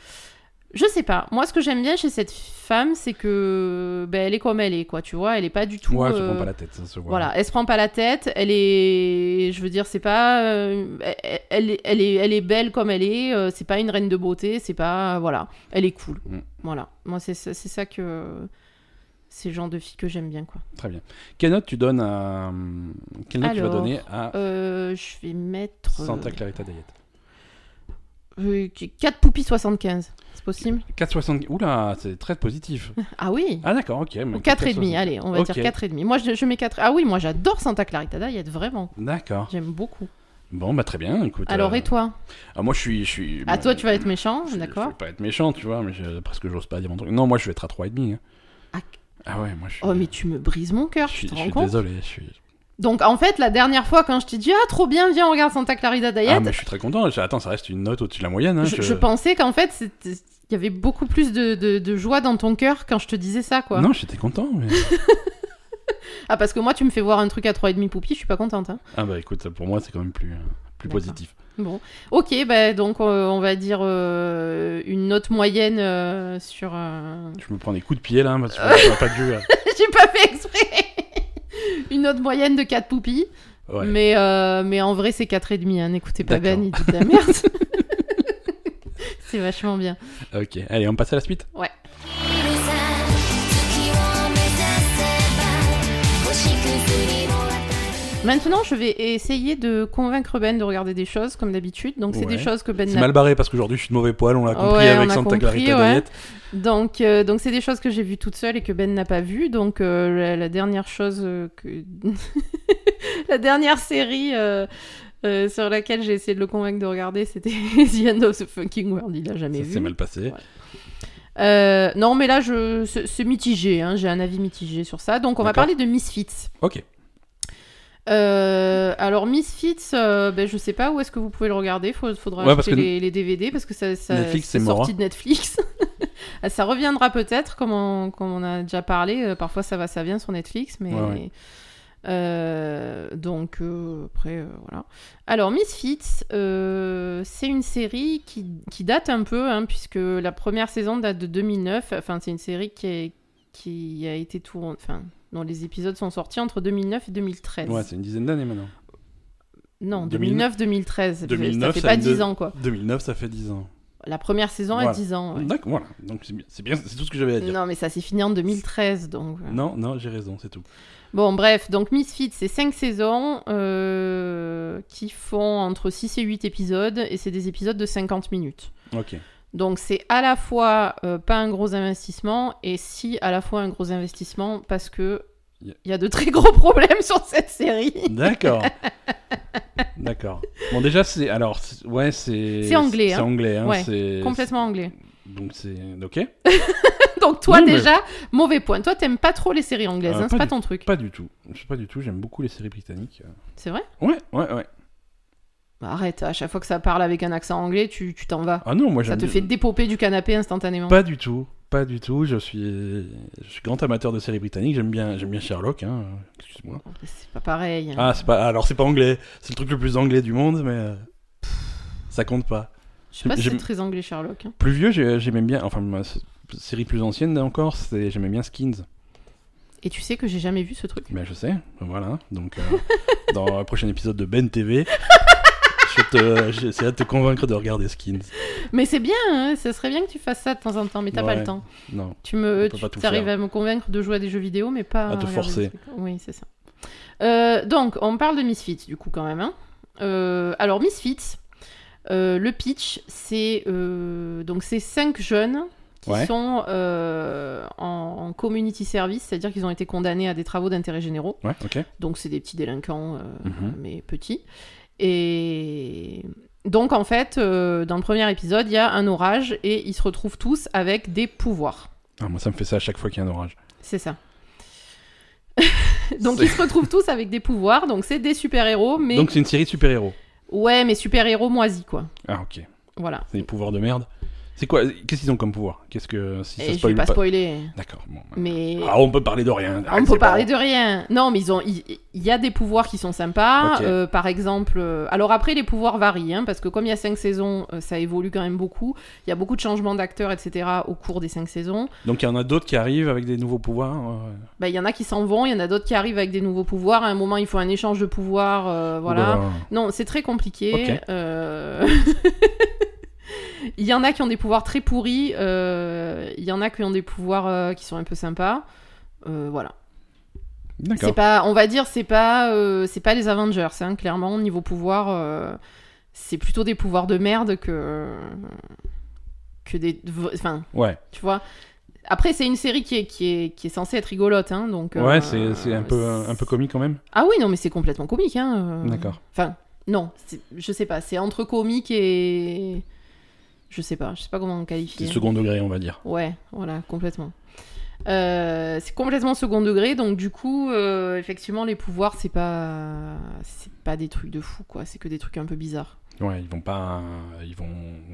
Speaker 1: Je sais pas. Moi, ce que j'aime bien chez cette femme, c'est que. Ben, elle est comme elle est, quoi, tu vois. Elle est pas du tout.
Speaker 2: Moi, je
Speaker 1: euh,
Speaker 2: prends pas la tête, ça se voit.
Speaker 1: Voilà, elle se prend pas la tête, elle est, je veux dire, c'est pas, euh, elle, elle est- elle est, elle est belle comme elle est, euh, c'est pas une reine de beauté, c'est pas, voilà, elle est cool,
Speaker 2: Mm.
Speaker 1: voilà. Moi c'est ça, c'est ça que, c'est le genre de fille que j'aime bien quoi.
Speaker 2: Très bien. Quelle note tu donnes à. Quelle note tu vas
Speaker 1: Alors,
Speaker 2: donner à
Speaker 1: Euh, je vais mettre
Speaker 2: Santa Clarita Diet
Speaker 1: euh, 4 poupies 75, c'est possible
Speaker 2: 4,75. Oula, c'est très
Speaker 1: (laughs)
Speaker 2: positif.
Speaker 1: Ah oui.
Speaker 2: Ah, d'accord, ok.
Speaker 1: Ou
Speaker 2: mais
Speaker 1: 4,5,
Speaker 2: 4,75.
Speaker 1: allez, on va
Speaker 2: Ok.
Speaker 1: dire 4,5. Moi, je, je mets 4. Ah oui, moi, j'adore Santa Clarita Diet, vraiment.
Speaker 2: D'accord.
Speaker 1: J'aime beaucoup.
Speaker 2: Bon, bah très bien, écoute.
Speaker 1: Alors,
Speaker 2: euh,
Speaker 1: et toi
Speaker 2: ah, Moi, je suis. Je suis
Speaker 1: À
Speaker 2: bon,
Speaker 1: toi, tu vas être méchant,
Speaker 2: je- Je
Speaker 1: d'accord
Speaker 2: vais pas être méchant, tu vois, mais je- parce que j'ose pas dire mon truc. Non, moi, je vais être à 3,5. hein.
Speaker 1: Ah.
Speaker 2: Ah ouais, moi, je suis.
Speaker 1: Oh, mais tu me brises mon cœur,
Speaker 2: je
Speaker 1: tu
Speaker 2: suis,
Speaker 1: te
Speaker 2: je
Speaker 1: rends
Speaker 2: suis
Speaker 1: compte
Speaker 2: désolé. Je suis...
Speaker 1: Donc en fait, la dernière fois quand je t'ai dit ah trop bien, viens on regarde Santa Clarita Diet,
Speaker 2: Ah, mais je suis très content. Je- Attends, ça reste une note au-dessus de la moyenne. hein,
Speaker 1: je, je pensais qu'en fait c'était- il y avait beaucoup plus de, de- de joie dans ton cœur quand je te disais ça quoi.
Speaker 2: Non, j'étais content.
Speaker 1: (laughs)
Speaker 2: Mais...
Speaker 1: Ah parce que moi tu me fais voir un truc à 3,5 poupie, je suis pas contente. hein.
Speaker 2: Ah bah écoute, pour moi c'est quand même plus, euh, plus
Speaker 1: D'accord.
Speaker 2: positif.
Speaker 1: Bon, ok bah, donc euh, on va dire euh, une note moyenne euh, sur. euh, (laughs)
Speaker 2: Je me prends des coups de pied là, hein, parce que j'aurais pas dû... euh,
Speaker 1: J'ai pas fait exprès. une note moyenne de 4 poupies.
Speaker 2: ouais.
Speaker 1: Mais, euh, mais en vrai, c'est 4,5. Hein. N'écoutez pas Ben,
Speaker 2: D'accord.
Speaker 1: il dit de la merde. (laughs) c'est vachement bien.
Speaker 2: Ok, allez, on passe à la suite.
Speaker 3: 「月を目指せば星屑にも当たる」
Speaker 1: Maintenant, je vais essayer de convaincre Ben de regarder des choses comme d'habitude. Donc, c'est
Speaker 2: Ouais.
Speaker 1: des choses que Ben
Speaker 2: C'est
Speaker 1: n'a
Speaker 2: mal barré parce qu'aujourd'hui je suis de mauvais poil, on l'a compris
Speaker 1: Ouais,
Speaker 2: avec
Speaker 1: on a
Speaker 2: Santa
Speaker 1: compris,
Speaker 2: Clarita
Speaker 1: ouais.
Speaker 2: Diet.
Speaker 1: Donc, euh, donc c'est des choses que j'ai vues toute seule et que Ben n'a pas vues. Donc, euh, la, la dernière chose euh, que. (laughs) la dernière série euh, euh, sur laquelle j'ai essayé de le convaincre de regarder, c'était (laughs) The End of the Fucking World. Il l'a jamais
Speaker 2: Ça
Speaker 1: vu.
Speaker 2: s'est mal passé.
Speaker 1: Ouais. Euh, non, mais là, je... c'est c'est mitigé. hein, J'ai un avis mitigé sur ça. Donc, on va
Speaker 2: D'accord.
Speaker 1: parler de Misfits.
Speaker 2: Ok,
Speaker 1: Euh, alors, Misfits, euh, ben, je sais pas où est-ce que vous pouvez le regarder. Faut, faudra
Speaker 2: Ouais, parce
Speaker 1: acheter les,
Speaker 2: que
Speaker 1: les DVD parce que ça, ça
Speaker 2: Netflix, c'est mort, hein.
Speaker 1: sorti de Netflix. (laughs) Ah, ça reviendra peut-être, comme on, comme on a déjà parlé. Euh, Parfois, ça va, ça vient sur Netflix, mais.
Speaker 2: Ouais, ouais.
Speaker 1: Euh, donc euh, après euh, voilà. Alors Misfits, euh, c'est une série qui, qui date un peu hein, puisque la première saison date de 2009. Enfin c'est une série qui, est- qui a été tournée, enfin dont les épisodes sont sortis entre 2009 et 2013.
Speaker 2: ouais, c'est une dizaine d'années maintenant.
Speaker 1: Non,
Speaker 2: 2009.
Speaker 1: 2009-2013.
Speaker 2: 2009,
Speaker 1: ça fait
Speaker 2: ça
Speaker 1: pas
Speaker 2: a une deux-
Speaker 1: 10 ans, quoi.
Speaker 2: 2009, ça fait 10 ans.
Speaker 1: La première saison a
Speaker 2: Voilà.
Speaker 1: 10 ans. ouais.
Speaker 2: D'accord, voilà. Donc c'est bien, c'est bien, c'est tout ce que j'avais à dire.
Speaker 1: Non, mais ça s'est fini en 2013, donc... euh.
Speaker 2: Non, non, j'ai raison, c'est tout.
Speaker 1: Bon, bref, donc Misfits, c'est 5 saisons euh, qui font entre 6 et 8 épisodes, et c'est des épisodes de 50 minutes.
Speaker 2: Ok.
Speaker 1: Donc c'est à la fois euh, pas un gros investissement, et si à la fois un gros investissement, parce que...
Speaker 2: Yeah.
Speaker 1: Il y a de très gros (laughs) problèmes sur cette série. (laughs)
Speaker 2: D'accord. D'accord. Bon, déjà, c'est. Alors, c'est- ouais, c'est.
Speaker 1: C'est anglais,
Speaker 2: C'est
Speaker 1: hein.
Speaker 2: anglais, hein.
Speaker 1: Ouais,
Speaker 2: c'est-
Speaker 1: Complètement anglais. (laughs)
Speaker 2: Donc, c'est. Ok.
Speaker 1: Donc toi
Speaker 2: Non, mais-
Speaker 1: déjà, mauvais point. Toi t'aimes pas trop les séries anglaises,
Speaker 2: Euh,
Speaker 1: hein,
Speaker 2: pas
Speaker 1: c'est pas
Speaker 2: du-
Speaker 1: ton truc.
Speaker 2: Pas du tout. Je sais pas du tout, j'aime beaucoup les séries britanniques.
Speaker 1: C'est vrai
Speaker 2: Ouais, ouais, ouais.
Speaker 1: Bah, Arrête, à chaque fois que ça parle avec un accent anglais, tu tu t'en vas.
Speaker 2: Ah non, moi
Speaker 1: Ça
Speaker 2: j'aime
Speaker 1: te fait dépoper du canapé instantanément.
Speaker 2: pas du tout, pas pas du tout. Je suis, je suis grand amateur de séries britanniques. J'aime bien, j'aime bien Sherlock. Hein. Excuse-moi.
Speaker 1: Oh, C'est pas pareil.
Speaker 2: Ah, c'est pas. Alors, c'est pas anglais. C'est le truc le plus anglais du monde, mais euh, ça compte pas.
Speaker 1: je sais pas si
Speaker 2: j'aime-
Speaker 1: c'est très anglais, Sherlock. hein.
Speaker 2: Plus vieux, j'ai- j'aimais bien. Enfin, ma s- série plus ancienne encore, c'est j'aimais bien Skins.
Speaker 1: Et tu sais que j'ai jamais vu ce truc.
Speaker 2: Ben, je sais. Voilà. Donc, euh, dans le prochain épisode de Ben TV, je te, j'essaierai de te convaincre de regarder Skins.
Speaker 1: Mais c'est bien, hein, ça serait bien que tu fasses ça de temps en temps, mais t'as pas
Speaker 2: Ouais.
Speaker 1: le temps.
Speaker 2: Non.
Speaker 1: Tu me,
Speaker 2: On peut
Speaker 1: tu
Speaker 2: pas tout
Speaker 1: arrives
Speaker 2: faire.
Speaker 1: à me convaincre de jouer à des jeux vidéo, mais pas
Speaker 2: À
Speaker 1: regarder
Speaker 2: te
Speaker 1: des
Speaker 2: forcer.
Speaker 1: trucs. Oui, c'est ça. Euh, donc, on parle de Misfits, du coup, quand même. hein. Euh, alors, Misfits, euh, le pitch, c'est euh, donc c'est cinq jeunes qui
Speaker 2: Ouais.
Speaker 1: sont euh, en, en community service, c'est-à-dire qu'ils ont été condamnés à des travaux d'intérêt généraux.
Speaker 2: Ouais. Ok.
Speaker 1: Donc, c'est des petits délinquants, euh,
Speaker 2: Mhm.
Speaker 1: mais petits. Et donc, en fait, euh, dans le premier épisode, il y a un orage et ils se retrouvent tous avec des pouvoirs.
Speaker 2: Ah, moi, ça me fait ça à chaque fois qu'il y a un orage.
Speaker 1: C'est (laughs) ça. donc
Speaker 2: C'est-
Speaker 1: ils se retrouvent tous avec des pouvoirs, donc c'est des super-héros, mais...
Speaker 2: Donc, c'est une série de super-héros.
Speaker 1: Ouais, mais super-héros moisis, quoi.
Speaker 2: Ah, ok.
Speaker 1: Voilà.
Speaker 2: C'est des pouvoirs de merde. C'est quoi Qu'est-ce qu'ils ont comme pouvoir Qu'est-ce que si ça
Speaker 1: Et Eh, je
Speaker 2: spoil
Speaker 1: vais pas
Speaker 2: pas
Speaker 1: spoiler,
Speaker 2: D'accord. Bon.
Speaker 1: mais...
Speaker 2: Ah, on peut parler de rien.
Speaker 1: On peut parler de rien. Non, mais ils ont, il il y, a des pouvoirs qui sont sympas.
Speaker 2: Ok.
Speaker 1: euh, par exemple, euh, alors après les pouvoirs varient, hein, parce que comme il y a cinq saisons, euh, ça évolue quand même beaucoup. Il y a beaucoup de changements d'acteurs, etc. au cours des cinq saisons.
Speaker 2: Donc il y en a d'autres qui arrivent avec des nouveaux pouvoirs. euh,
Speaker 1: Bah, il y en a qui s'en vont, il y en a d'autres qui arrivent avec des nouveaux pouvoirs. À un moment, il faut un échange de pouvoirs, euh,
Speaker 2: ou
Speaker 1: voilà.
Speaker 2: d'avoir-
Speaker 1: Non, c'est très compliqué.
Speaker 2: Ok.
Speaker 1: euh, (laughs) il y en a qui ont des pouvoirs très pourris. euh, Il y en a qui ont des pouvoirs euh, qui sont un peu sympas. Euh, voilà. C'est
Speaker 2: D'accord.
Speaker 1: pas, on va dire, c'est pas, euh, c'est pas les Avengers, hein, clairement niveau pouvoir, euh, c'est plutôt des pouvoirs de merde que que des, v- enfin,
Speaker 2: Ouais.
Speaker 1: tu vois. Après, c'est une série qui est, qui est, qui est censée être rigolote, hein, donc. euh,
Speaker 2: Ouais, c'est c'est un peu un peu comique quand même.
Speaker 1: Ah oui, non, mais c'est complètement comique, hein. euh,
Speaker 2: D'accord.
Speaker 1: Enfin, non, c'est- je sais pas, c'est entre comique et, je sais pas, je sais pas comment on
Speaker 2: C'est
Speaker 1: qualifie.
Speaker 2: second degré, on va dire.
Speaker 1: Ouais, voilà, complètement. Euh, c'est complètement second degré, donc du coup, euh, effectivement, les pouvoirs, c'est pas, c'est pas des trucs de fou, quoi. C'est que des trucs un peu bizarres.
Speaker 2: Ouais, ils vont pas, ils vont,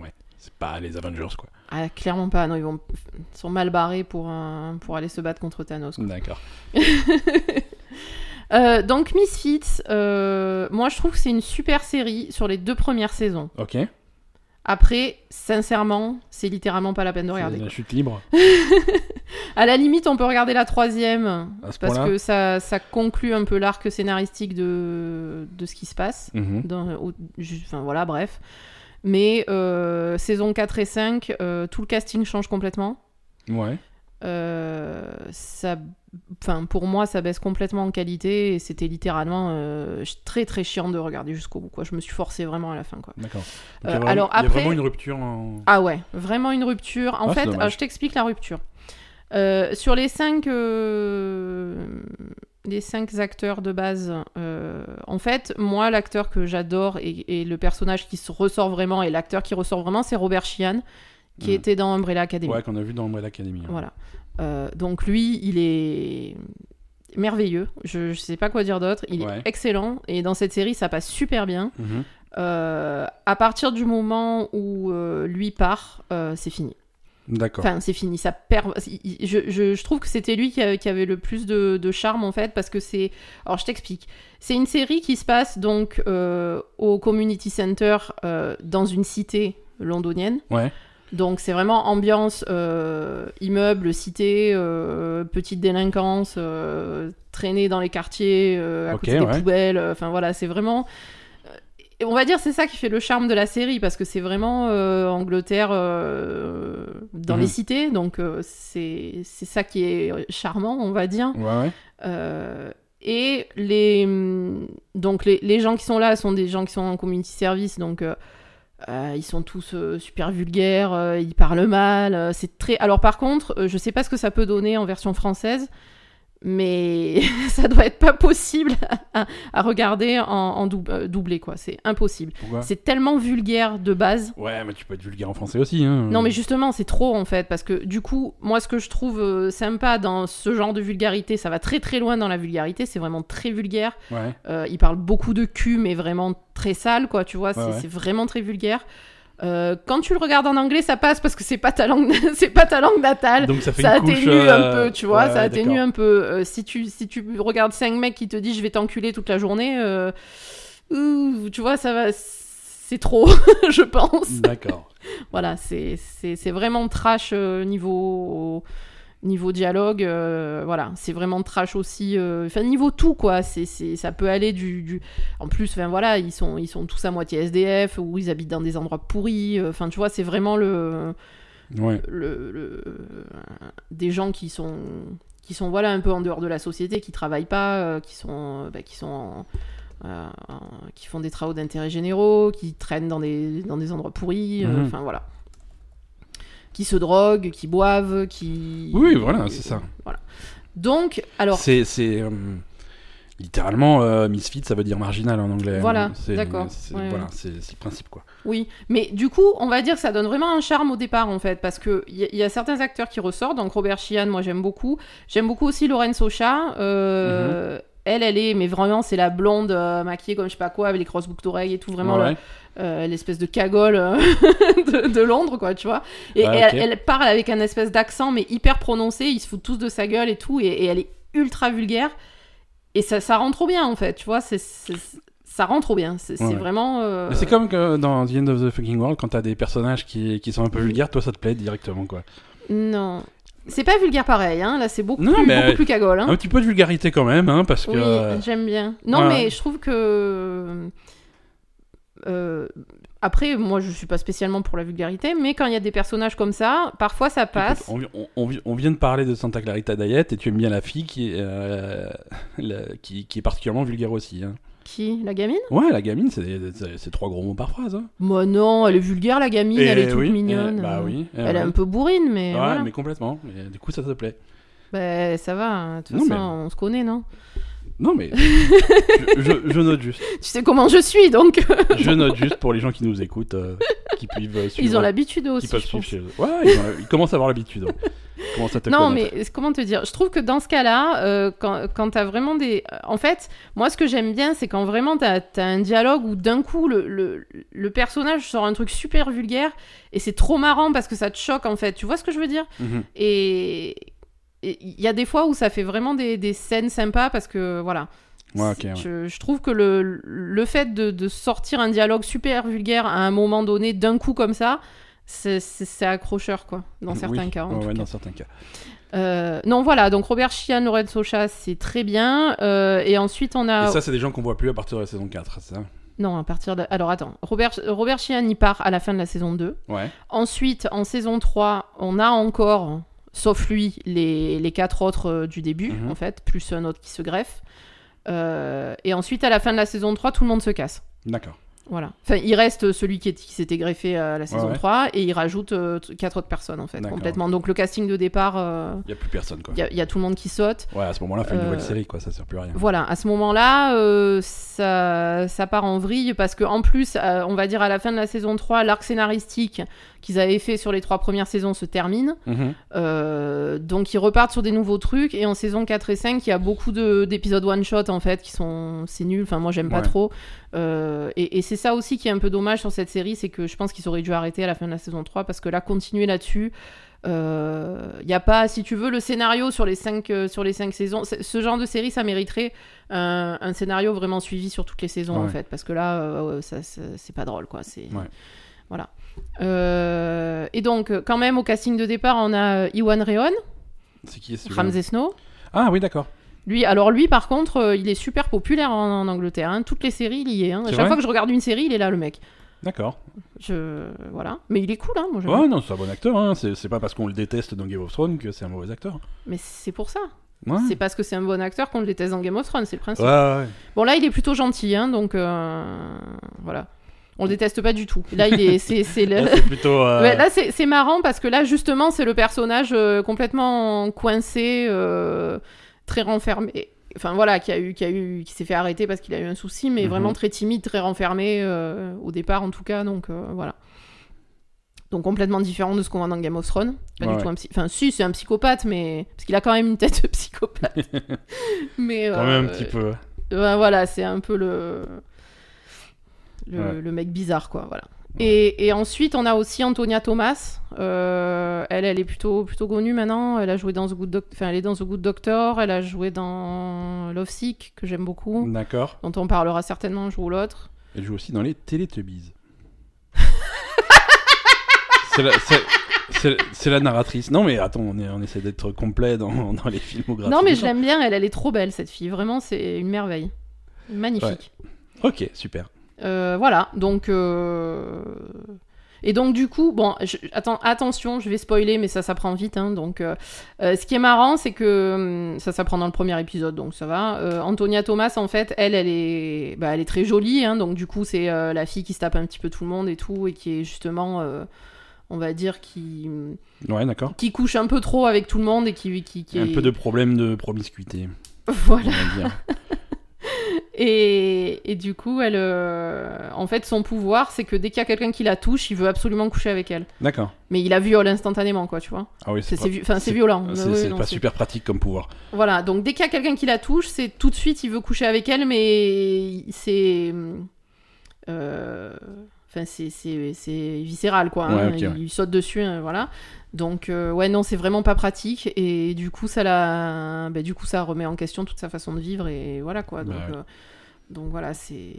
Speaker 2: ouais, c'est pas les Avengers quoi.
Speaker 1: Ah, clairement pas. Non, ils vont, ils sont mal barrés pour un- pour aller se battre contre Thanos. quoi.
Speaker 2: D'accord.
Speaker 1: Euh, donc Misfits, euh, moi je trouve que c'est une super série sur les deux premières saisons.
Speaker 2: Ok.
Speaker 1: Après, sincèrement, c'est littéralement pas la peine de
Speaker 2: C'est
Speaker 1: regarder.
Speaker 2: La
Speaker 1: quoi.
Speaker 2: chute libre.
Speaker 1: À la limite, on peut regarder la troisième
Speaker 2: À ce
Speaker 1: parce
Speaker 2: point-là
Speaker 1: que ça, ça conclut un peu l'arc scénaristique de de ce qui se passe.
Speaker 2: Mhm.
Speaker 1: dans- au- ju- enfin voilà, bref. Mais euh, saison 4 et 5, euh, tout le casting change complètement.
Speaker 2: Ouais.
Speaker 1: Euh, ça, enfin, pour moi, ça baisse complètement en qualité et c'était littéralement euh, ch- très très chiant de regarder jusqu'au bout. Quoi. Je me suis forcée vraiment à la fin. Quoi.
Speaker 2: D'accord.
Speaker 1: Euh,
Speaker 2: Donc, il y a vraiment-
Speaker 1: alors
Speaker 2: il y a
Speaker 1: après-
Speaker 2: vraiment une rupture. En...
Speaker 1: Ah ouais, vraiment une rupture. En
Speaker 2: Ah, c'est
Speaker 1: fait,
Speaker 2: dommage.
Speaker 1: euh, je t'explique la rupture. Euh, sur les 5 les cinq acteurs de base, euh, en fait, moi, l'acteur que j'adore et, et le personnage qui se ressort vraiment et l'acteur qui ressort vraiment, c'est Robert Sheehan, qui
Speaker 2: Mhm.
Speaker 1: était dans Umbrella Academy.
Speaker 2: Ouais, qu'on a vu dans Umbrella Academy. hein.
Speaker 1: Voilà. Euh, donc lui, il est merveilleux. Je, je sais pas quoi dire d'autre. Il
Speaker 2: Ouais.
Speaker 1: est excellent et dans cette série, ça passe super bien.
Speaker 2: Mhm.
Speaker 1: Euh, à partir du moment où euh, lui part, euh, c'est fini.
Speaker 2: D'accord.
Speaker 1: Enfin, c'est fini. Ça perd. il- il- Je, je- je trouve que c'était lui qui, a- qui avait le plus de, de charme en fait, parce que c'est. Alors, je t'explique. C'est une série qui se passe donc euh, au community center euh, dans une cité londonienne.
Speaker 2: Ouais.
Speaker 1: Donc, c'est vraiment ambiance euh, immeuble, cité, euh, petite délinquance, euh, traîner dans les quartiers, euh, à
Speaker 2: Ok,
Speaker 1: côté des
Speaker 2: ouais.
Speaker 1: poubelles. euh, Enfin, voilà, c'est vraiment. Et on va dire c'est ça qui fait le charme de la série parce que c'est vraiment euh, Angleterre euh, dans
Speaker 2: Mhm.
Speaker 1: les cités donc euh, c'est c'est ça qui est charmant on va dire
Speaker 2: Ouais. ouais.
Speaker 1: Euh, et les mm, donc les, les gens qui sont là sont des gens qui sont en community service donc euh, euh, ils sont tous euh, super vulgaires euh, ils parlent mal euh, c'est très alors par contre euh, je sais pas ce que ça peut donner en version française mais (laughs) ça doit être pas possible (laughs) à, à regarder en, en doub- euh, doublé quoi c'est impossible
Speaker 2: Pourquoi
Speaker 1: c'est tellement vulgaire de base.
Speaker 2: Ouais, mais tu peux être vulgaire en français aussi. Hein.
Speaker 1: Non, mais justement, c'est trop en fait, parce que du coup, moi, ce que je trouve euh, sympa dans ce genre de vulgarité, ça va très très loin dans la vulgarité, c'est vraiment très vulgaire.
Speaker 2: Ouais.
Speaker 1: Euh, il parle beaucoup de cul, mais vraiment très sale, quoi, tu vois, c'est
Speaker 2: Ouais, ouais.
Speaker 1: c'est vraiment très vulgaire. Euh, quand tu le regardes en anglais, ça passe parce que c'est pas ta langue, (laughs) c'est pas ta langue natale.
Speaker 2: Donc ça fait
Speaker 1: ça
Speaker 2: une couche,
Speaker 1: atténue un
Speaker 2: euh,
Speaker 1: peu, tu vois,
Speaker 2: ouais,
Speaker 1: ça
Speaker 2: ouais,
Speaker 1: atténue
Speaker 2: d'accord.
Speaker 1: un peu. Euh, si tu si tu regardes cinq mecs qui te disent je vais t'enculer toute la journée, euh, ouh, tu vois, ça va, c'est trop, (laughs) je pense.
Speaker 2: (laughs) D'accord.
Speaker 1: Voilà, c'est c'est c'est vraiment trash euh, niveau niveau dialogue. euh, voilà, c'est vraiment trash aussi. euh, Enfin niveau tout quoi. C'est c'est ça peut aller du, du... en plus. Enfin voilà, ils sont ils sont tous à moitié SDF ou ils habitent dans des endroits pourris. euh, Enfin tu vois, c'est vraiment le
Speaker 2: Ouais.
Speaker 1: le, le- euh, des gens qui sont qui sont voilà un peu en dehors de la société, qui travaillent pas, euh, qui sont euh, bah, qui sont en- euh, en- qui font des travaux d'intérêt généraux, qui traînent dans des dans des endroits pourris, euh,
Speaker 2: Mhm.
Speaker 1: enfin voilà, qui se droguent, qui boivent, qui
Speaker 2: Oui, voilà, c'est ça.
Speaker 1: Voilà. Donc alors
Speaker 2: C'est c'est, euh, littéralement euh, misfit, ça veut dire marginal en anglais.
Speaker 1: Voilà,
Speaker 2: hein. C'est-
Speaker 1: d'accord.
Speaker 2: c'est-
Speaker 1: Ouais,
Speaker 2: Voilà,
Speaker 1: ouais.
Speaker 2: c'est c'est le principe quoi.
Speaker 1: Oui, mais du coup, on va dire que ça donne vraiment un charme au départ, en fait, parce qu'il y, a- y a certains acteurs qui ressortent. Donc, Robert Sheehan, moi, j'aime beaucoup. J'aime beaucoup aussi Lauren Socha. euh,
Speaker 2: Mhm.
Speaker 1: Elle, elle est, mais vraiment, c'est la blonde euh, maquillée comme je sais pas quoi, avec les grosses boucles d'oreilles et tout, vraiment
Speaker 2: Ouais.
Speaker 1: la- euh, l'espèce de cagole euh, (laughs) de, de Londres, quoi, tu vois. Et
Speaker 2: Ouais,
Speaker 1: elle,
Speaker 2: ok.
Speaker 1: elle parle avec un espèce d'accent, mais hyper prononcé, ils se foutent tous de sa gueule et tout, et, et elle est ultra vulgaire. Et ça, ça rend trop bien, en fait, tu vois, c'est... c'est- Ça rend trop bien, c'est c'est
Speaker 2: Ouais.
Speaker 1: vraiment. euh,
Speaker 2: Mais C'est comme que dans The End of the Fucking World, quand t'as des personnages qui, qui sont un peu vulgaires, toi ça te plaît directement quoi.
Speaker 1: Non. C'est pas vulgaire pareil, hein. là c'est beaucoup,
Speaker 2: Non,
Speaker 1: plus,
Speaker 2: mais-
Speaker 1: beaucoup plus cagole. Hein.
Speaker 2: Un petit peu de vulgarité quand même, hein, parce que.
Speaker 1: Oui,
Speaker 2: euh,
Speaker 1: j'aime bien. Non,
Speaker 2: ouais.
Speaker 1: mais je trouve que. euh, Après, moi je suis pas spécialement pour la vulgarité, mais quand il y a des personnages comme ça, parfois ça passe.
Speaker 2: écoute, on, on- on- on vient de parler de Santa Clarita Diet et tu aimes bien la fille qui est, euh, (laughs) la- qui, qui est particulièrement vulgaire aussi. hein.
Speaker 1: Qui La gamine
Speaker 2: Ouais, la gamine, c'est- c'est c'est trois gros mots par phrase. hein.
Speaker 1: Moi non, elle est vulgaire la gamine, elle est
Speaker 2: Eh
Speaker 1: toute
Speaker 2: oui, eh,
Speaker 1: mignonne.
Speaker 2: bah
Speaker 1: euh,
Speaker 2: oui. eh
Speaker 1: Elle est
Speaker 2: oui.
Speaker 1: un peu bourrine, mais
Speaker 2: Ouais,
Speaker 1: voilà.
Speaker 2: mais complètement. Et du coup, ça te plaît.
Speaker 1: Bah, ça va, hein. de toute
Speaker 2: Non,
Speaker 1: façon
Speaker 2: mais-
Speaker 1: on se connaît, non
Speaker 2: Non,
Speaker 1: (laughs)
Speaker 2: mais. je, je- je note juste.
Speaker 1: Tu sais comment je suis, donc
Speaker 2: (laughs) Je note juste pour les gens qui nous écoutent, euh, qui peuvent euh, suivre.
Speaker 1: ils ont l'habitude
Speaker 2: qui
Speaker 1: aussi.
Speaker 2: peuvent
Speaker 1: je
Speaker 2: suivre
Speaker 1: pense.
Speaker 2: chez eux. Ouais, ils, ont- ils commencent à avoir l'habitude. hein. Ils commencent à te
Speaker 1: Non,
Speaker 2: connaître.
Speaker 1: mais comment te dire Je trouve que dans ce cas-là, euh, quand, quand t'as vraiment des. En fait, moi, ce que j'aime bien, c'est quand vraiment t'as as un dialogue où d'un coup, le, le, le personnage sort un truc super vulgaire et c'est trop marrant parce que ça te choque, en fait. Tu vois ce que je veux dire
Speaker 2: Mhm.
Speaker 1: Et. et Il y a des fois où ça fait vraiment des, des scènes sympas parce que voilà.
Speaker 2: Ouais, ok, ouais.
Speaker 1: je, je trouve que le, le fait de, de sortir un dialogue super vulgaire à un moment donné d'un coup comme ça, c'est- c'est c'est accrocheur quoi, dans
Speaker 2: Oui,
Speaker 1: certains cas. En
Speaker 2: ouais,
Speaker 1: tout
Speaker 2: ouais,
Speaker 1: cas.
Speaker 2: dans certains cas.
Speaker 1: Euh, non, voilà, donc Robert Chian, Lorenzo Socha, c'est très bien. Euh, et ensuite, on a.
Speaker 2: Et ça, c'est des gens qu'on voit plus à partir de la saison 4, c'est ça
Speaker 1: Non, à partir de. Alors attends, Robert, Robert Chian y part à la fin de la saison 2.
Speaker 2: Ouais.
Speaker 1: Ensuite, en saison 3, on a encore, sauf lui, les, les quatre autres euh, du début,
Speaker 2: Mhm.
Speaker 1: en fait, plus un autre qui se greffe. Euh, et ensuite, à la fin de la saison 3, tout le monde se casse.
Speaker 2: D'accord.
Speaker 1: Voilà. Enfin, il reste celui qui, est- qui s'était greffé à la saison
Speaker 2: ouais.
Speaker 1: 3 et il rajoute euh, t- quatre autres personnes, en fait,
Speaker 2: D'accord.
Speaker 1: complètement. Donc le casting de départ, euh,
Speaker 2: Il n'y a plus personne, quoi.
Speaker 1: il y, a- il y a tout le monde qui saute.
Speaker 2: Ouais, à ce moment-là, fait une
Speaker 1: Euh,
Speaker 2: nouvelle série, quoi. Ça sert plus à rien.
Speaker 1: Voilà, à ce moment-là, euh, ça, ça part en vrille parce que en plus, euh, on va dire à la fin de la saison 3, l'arc scénaristique qu'ils avaient fait sur les trois premières saisons se termine.
Speaker 2: Mhm.
Speaker 1: Euh, donc ils repartent sur des nouveaux trucs et en saison 4 et 5, il y a beaucoup de- d'épisodes one-shot en fait qui sont... C'est nul, enfin moi j'aime pas
Speaker 2: Ouais.
Speaker 1: trop. Euh, et et c'est ça aussi qui est un peu dommage sur cette série, c'est que je pense qu'ils auraient dû arrêter à la fin de la saison 3 parce que là, continuer là-dessus... Il n'y Euh, a pas, si tu veux, le scénario sur les cinq, euh, sur les cinq saisons. C- Ce genre de série, ça mériterait un, un scénario vraiment suivi sur toutes les saisons, en
Speaker 2: Ouais.
Speaker 1: fait. Parce que là, euh, ça, ça- c'est pas drôle, quoi. C'est...
Speaker 2: Ouais.
Speaker 1: Voilà. Euh, et donc, quand même, au casting de départ, on a euh, Iwan Reon,
Speaker 2: C'est qui est
Speaker 1: Ramsey Snow.
Speaker 2: Ah oui, d'accord.
Speaker 1: Lui, alors lui, par contre, euh, il est super populaire en, en Angleterre. hein. Toutes les séries, il y est. hein. À
Speaker 2: C'est
Speaker 1: chaque
Speaker 2: vrai
Speaker 1: fois que je regarde une série, il est là, le mec.
Speaker 2: D'accord.
Speaker 1: Je... Voilà. Mais il est cool, hein, moi, j'aime
Speaker 2: Ouais,
Speaker 1: bien.
Speaker 2: non, c'est un bon acteur. Hein. C'est c'est pas parce qu'on le déteste dans Game of Thrones que c'est un mauvais acteur.
Speaker 1: Mais c'est pour ça.
Speaker 2: Ouais.
Speaker 1: C'est parce que c'est un bon acteur qu'on le déteste dans Game of Thrones, c'est le principe.
Speaker 2: Ouais, ouais.
Speaker 1: Bon, là, il est plutôt gentil, hein, donc euh, voilà. On le déteste pas du tout. Là, il est, c'est, c'est
Speaker 2: (laughs)
Speaker 1: le- (laughs)
Speaker 2: Là, c'est plutôt. euh,
Speaker 1: Ouais, là, c'est, c'est marrant parce que là, justement, c'est le personnage euh, complètement coincé, euh, très renfermé. Enfin voilà, qui a eu, qui a eu, qui s'est fait arrêter parce qu'il a eu un souci, mais
Speaker 2: Mhm.
Speaker 1: vraiment très timide, très renfermé euh, au départ en tout cas. Donc euh, voilà. Donc complètement différent de ce qu'on voit dans Game of Thrones. Pas
Speaker 2: Ouais,
Speaker 1: du tout
Speaker 2: ouais.
Speaker 1: un psy- Enfin si, c'est un psychopathe, mais parce qu'il a quand même une tête de (laughs) psychopathe.
Speaker 2: (laughs)
Speaker 1: mais
Speaker 2: Quand même
Speaker 1: euh,
Speaker 2: un petit peu.
Speaker 1: ben voilà, c'est un peu le... Le,
Speaker 2: Ouais.
Speaker 1: le mec bizarre, quoi, voilà. Et, et ensuite, on a aussi Antonia Thomas. Euh, elle, elle est plutôt, plutôt connue maintenant. Elle a joué dans The Good Doc- enfin, elle est dans The Good Doctor. Elle a joué dans Love Sick, que j'aime beaucoup,
Speaker 2: D'accord.
Speaker 1: dont on parlera certainement un jour ou l'autre.
Speaker 2: Elle joue aussi dans
Speaker 1: (laughs)
Speaker 2: les Teletubbies. c'est, la, c'est- c'est- c'est la narratrice. Non, mais attends, on, est- on essaie d'être complet dans, (laughs) dans les filmographies.
Speaker 1: Non, mais
Speaker 2: des
Speaker 1: je
Speaker 2: gens.
Speaker 1: l'aime bien. Elle, elle est trop belle, cette fille. Vraiment, c'est une merveille. Magnifique.
Speaker 2: Ok, super.
Speaker 1: Euh, voilà, donc. euh, Et donc, du coup, bon, je- attends, attention, je vais spoiler, mais ça s'apprend vite. hein, donc, euh, euh, ce qui est marrant, c'est que hum, ça s'apprend dans le premier épisode, donc ça va. Euh, Antonia Thomas, en fait, elle, elle est, bah, elle est très jolie, hein, donc du coup, c'est euh, la fille qui se tape un petit peu tout le monde et tout, et qui est justement, euh, on va dire, qui,
Speaker 2: Ouais, d'accord.
Speaker 1: qui couche un peu trop avec tout le monde et qui, qui, qui
Speaker 2: Un
Speaker 1: est-
Speaker 2: peu de problème de promiscuité.
Speaker 1: (laughs) voilà.
Speaker 2: on va dire.
Speaker 1: Et, et du coup, elle, euh, en fait, son pouvoir, c'est que dès qu'il y a quelqu'un qui la touche, il veut absolument coucher avec elle.
Speaker 2: D'accord.
Speaker 1: Mais il la viole instantanément, quoi, tu vois.
Speaker 2: Ah oui,
Speaker 1: C'est
Speaker 2: c'est,
Speaker 1: c'est
Speaker 2: pas,
Speaker 1: vi- enfin, c'est
Speaker 2: c'est-
Speaker 1: violent.
Speaker 2: Ah, c'est-
Speaker 1: Euh, oui,
Speaker 2: c'est
Speaker 1: non,
Speaker 2: pas
Speaker 1: c'est-
Speaker 2: super pratique comme pouvoir.
Speaker 1: Voilà, donc dès qu'il y a quelqu'un qui la touche, c'est tout de suite, il veut coucher avec elle, mais c'est. euh, Enfin, c'est- c'est c'est viscéral, quoi. hein.
Speaker 2: Ouais, ok, ouais.
Speaker 1: Il saute dessus, hein, voilà. Donc, euh, ouais, non, c'est vraiment pas pratique. Et du coup, ça la... bah, du coup, ça remet en question toute sa façon de vivre, et voilà, quoi.
Speaker 2: Bah
Speaker 1: Donc,
Speaker 2: ouais.
Speaker 1: euh, donc voilà, c'est.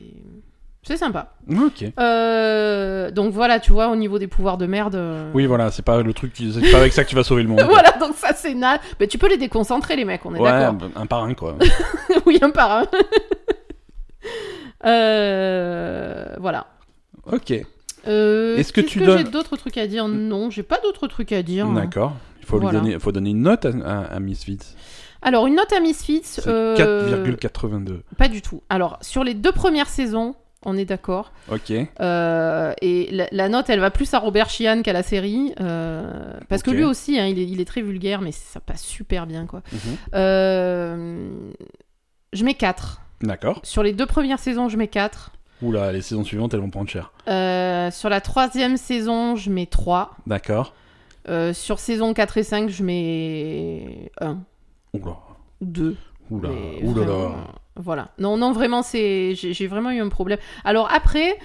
Speaker 1: C'est sympa.
Speaker 2: Ok.
Speaker 1: Euh, donc voilà, tu vois, au niveau des pouvoirs de merde. euh,
Speaker 2: Oui, voilà, c'est pas le truc, qui- c'est pas avec ça que tu vas sauver
Speaker 1: (laughs)
Speaker 2: le monde.
Speaker 1: voilà, donc ça c'est naze. Mais tu peux les déconcentrer, les mecs, on est
Speaker 2: Ouais,
Speaker 1: d'accord.
Speaker 2: bah, un par un, quoi.
Speaker 1: (laughs) oui, un par un. Euh, voilà.
Speaker 2: ok,
Speaker 1: Euh,
Speaker 2: Est-ce que
Speaker 1: qu'est-ce
Speaker 2: tu
Speaker 1: j'ai
Speaker 2: donnes-
Speaker 1: d'autres trucs à dire Non, j'ai pas d'autres trucs à dire.
Speaker 2: d'accord. Il faut, lui
Speaker 1: Voilà.
Speaker 2: donner, faut donner une note à, à, à Misfits.
Speaker 1: Alors, une note à Misfits.
Speaker 2: C'est
Speaker 1: euh,
Speaker 2: 4,82.
Speaker 1: Pas du tout. Alors, sur les deux premières saisons, on est d'accord.
Speaker 2: Ok.
Speaker 1: Euh, et la, la note, elle va plus à Robert Sheehan qu'à la série. euh, parce
Speaker 2: Ok.
Speaker 1: que lui aussi, hein, il, est, il est très vulgaire, mais ça passe super bien, quoi.
Speaker 2: Mhm.
Speaker 1: Euh, je mets 4.
Speaker 2: D'accord.
Speaker 1: Sur les deux premières saisons, je mets 4.
Speaker 2: Oula, les saisons suivantes, elles vont prendre cher.
Speaker 1: Euh, sur la troisième saison, je mets 3.
Speaker 2: D'accord.
Speaker 1: Euh, sur saison 4 et 5, je mets 1,
Speaker 2: Oula.
Speaker 1: 2.
Speaker 2: Oula. Oula. là.
Speaker 1: Voilà. Non, non, vraiment, c'est... J'ai, j'ai vraiment eu un problème. Alors après,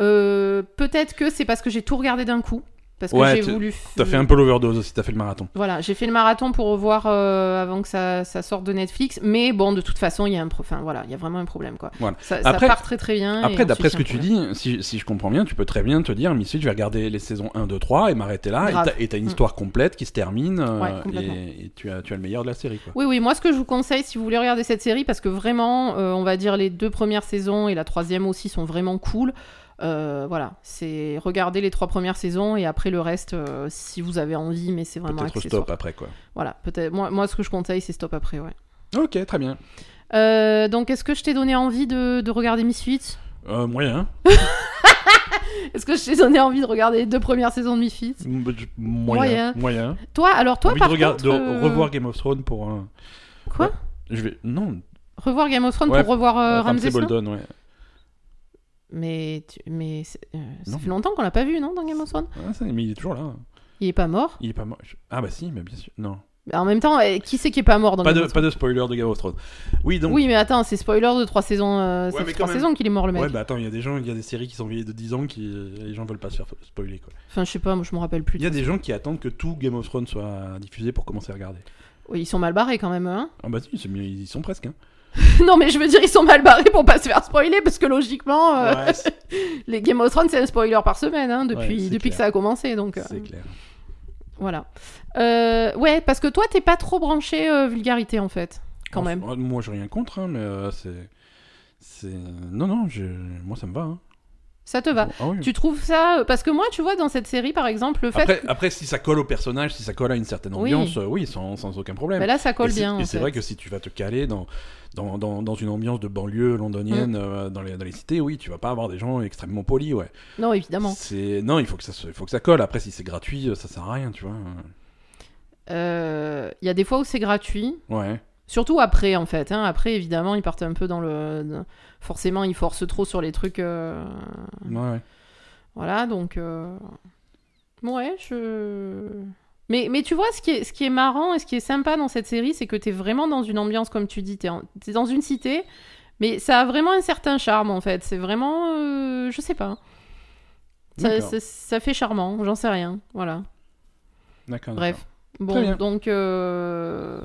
Speaker 1: euh, peut-être que c'est parce que j'ai tout regardé d'un coup. Parce que
Speaker 2: Ouais,
Speaker 1: j'ai
Speaker 2: tu-
Speaker 1: voulu...
Speaker 2: T'as fait un peu l'overdose aussi, t'as fait le marathon.
Speaker 1: Voilà, j'ai fait le marathon pour revoir euh, avant que ça, ça sorte de Netflix. Mais bon, de toute façon, il y a un... pro- Enfin, voilà, il y a vraiment un problème, quoi.
Speaker 2: Voilà.
Speaker 1: Ça,
Speaker 2: Après-
Speaker 1: ça part très très bien. et
Speaker 2: Après, d'après
Speaker 1: ensuite,
Speaker 2: ce
Speaker 1: il y
Speaker 2: que
Speaker 1: a un
Speaker 2: tu dis, si, si je comprends bien, tu peux très bien te dire, Misfits, je vais regarder les saisons 1, 2, 3 et m'arrêter là. et
Speaker 1: Grave.
Speaker 2: t'as- Et t'as une
Speaker 1: Mm.
Speaker 2: histoire complète qui se termine euh,
Speaker 1: Ouais, complètement.
Speaker 2: et, et tu, as, tu as le meilleur de la série, quoi.
Speaker 1: Oui, oui, moi ce que je vous conseille si vous voulez regarder cette série, parce que vraiment, euh, on va dire les deux premières saisons et la troisième aussi sont vraiment cool. euh, voilà, c'est regarder les trois premières saisons et après le reste euh, si vous avez envie, mais c'est vraiment
Speaker 2: Peut-être
Speaker 1: accessoire.
Speaker 2: stop après, quoi.
Speaker 1: Voilà, peut-être. Moi, moi, ce que je conseille, c'est stop après, ouais.
Speaker 2: Ok, très bien.
Speaker 1: Euh, donc, est-ce que je t'ai donné envie de, de regarder Misfits
Speaker 2: Euh, moyen.
Speaker 1: Est-ce que je t'ai donné envie de regarder les deux premières saisons de Misfits
Speaker 2: M- Mm, bah, je- Moyen.
Speaker 1: Moyen.
Speaker 2: Moyen.
Speaker 1: Toi, alors toi,
Speaker 2: Envie
Speaker 1: par
Speaker 2: de, regard-
Speaker 1: contre,
Speaker 2: de
Speaker 1: euh,
Speaker 2: revoir Game of Thrones pour un.
Speaker 1: Quoi
Speaker 2: Ouais. Je vais. Non,
Speaker 1: Revoir Game of Thrones
Speaker 2: Ouais,
Speaker 1: pour revoir euh, Ramsay
Speaker 2: Ramsay
Speaker 1: Snow
Speaker 2: Bolton, ouais.
Speaker 1: Mais, tu- mais c'est- euh,
Speaker 2: Non.
Speaker 1: ça fait longtemps qu'on l'a pas vu, non, dans Game of Thrones
Speaker 2: Ah, ça, mais il est toujours là.
Speaker 1: Il est pas mort
Speaker 2: Il est pas mort. Je- Ah bah si, mais bien sûr. Non.
Speaker 1: Bah, En même temps, eh, qui c'est qui est pas mort dans
Speaker 2: Pas
Speaker 1: Game
Speaker 2: de,
Speaker 1: of
Speaker 2: pas de spoiler de Game of Thrones. Oui,
Speaker 1: Thrones
Speaker 2: donc.
Speaker 1: Oui, mais attends, c'est spoiler de trois saisons. euh,
Speaker 2: Ouais,
Speaker 1: ça
Speaker 2: mais
Speaker 1: fait
Speaker 2: quand
Speaker 1: trois
Speaker 2: même.
Speaker 1: saisons qu'il est mort le mec.
Speaker 2: Ouais, bah attends, il y a des gens, il y a des séries qui sont vieilles de 10 ans qui les gens veulent pas se faire spoiler quoi.
Speaker 1: Enfin, je sais pas, moi je me rappelle plus.
Speaker 2: Il y a des gens qui attendent que tout Game of Thrones soit diffusé pour commencer à regarder.
Speaker 1: Oui, ils sont mal barrés quand même. Hein (laughs)
Speaker 2: Ah bah si, c'est- mais ils y sont presque. Hein.
Speaker 1: non, mais je veux dire, ils sont mal barrés pour pas se faire spoiler parce que logiquement, euh,
Speaker 2: Ouais, c'est
Speaker 1: les Game of Thrones c'est un spoiler par semaine hein,
Speaker 2: Ouais,
Speaker 1: depuis,
Speaker 2: c'est
Speaker 1: depuis
Speaker 2: clair.
Speaker 1: que ça a commencé. Donc euh,
Speaker 2: c'est clair.
Speaker 1: voilà. Euh, ouais, parce que toi t'es pas trop branché euh, vulgarité en fait, quand
Speaker 2: En-
Speaker 1: même.
Speaker 2: en- Moi, j'ai rien contre, hein, mais euh, c'est. C'est. Non, non, je... moi ça me va. Hein.
Speaker 1: Ça te va.
Speaker 2: Ah oui.
Speaker 1: Tu trouves ça euh, parce que moi tu vois dans cette série par exemple le fait
Speaker 2: Après, après, si ça colle au personnage, si ça colle à une certaine
Speaker 1: Oui.
Speaker 2: ambiance, euh, oui, sans, sans aucun problème.
Speaker 1: Bah là ça
Speaker 2: Et
Speaker 1: colle
Speaker 2: c'est-
Speaker 1: bien. en
Speaker 2: Et c'est
Speaker 1: fait.
Speaker 2: vrai que si tu vas te caler dans, dans, dans, dans une ambiance de banlieue londonienne,
Speaker 1: Mm.
Speaker 2: euh, dans, les, dans les cités, oui, tu vas pas avoir des gens extrêmement polis, ouais.
Speaker 1: Non évidemment.
Speaker 2: C'est non, il faut que ça se- il faut que ça colle. Après, si c'est gratuit, euh, ça sert à rien, tu vois.
Speaker 1: Euh, Il y a des fois où c'est gratuit.
Speaker 2: Ouais.
Speaker 1: Surtout après, en fait. hein. Après, évidemment, ils partent un peu dans le. dans- Forcément, ils forcent trop sur les trucs. euh,
Speaker 2: Ouais. ouais.
Speaker 1: Voilà, donc. euh, Ouais, je. Mais, mais tu vois, ce qui, est, ce qui est marrant et ce qui est sympa dans cette série, c'est que t'es vraiment dans une ambiance, comme tu dis. T'es en- t'es dans une cité, mais ça a vraiment un certain charme, en fait. C'est vraiment. euh, Je sais pas. Ça,
Speaker 2: D'accord.
Speaker 1: ça- ça fait charmant, j'en sais rien. Voilà.
Speaker 2: D'accord.
Speaker 1: Bref.
Speaker 2: Très
Speaker 1: Bon,
Speaker 2: bien.
Speaker 1: donc. euh,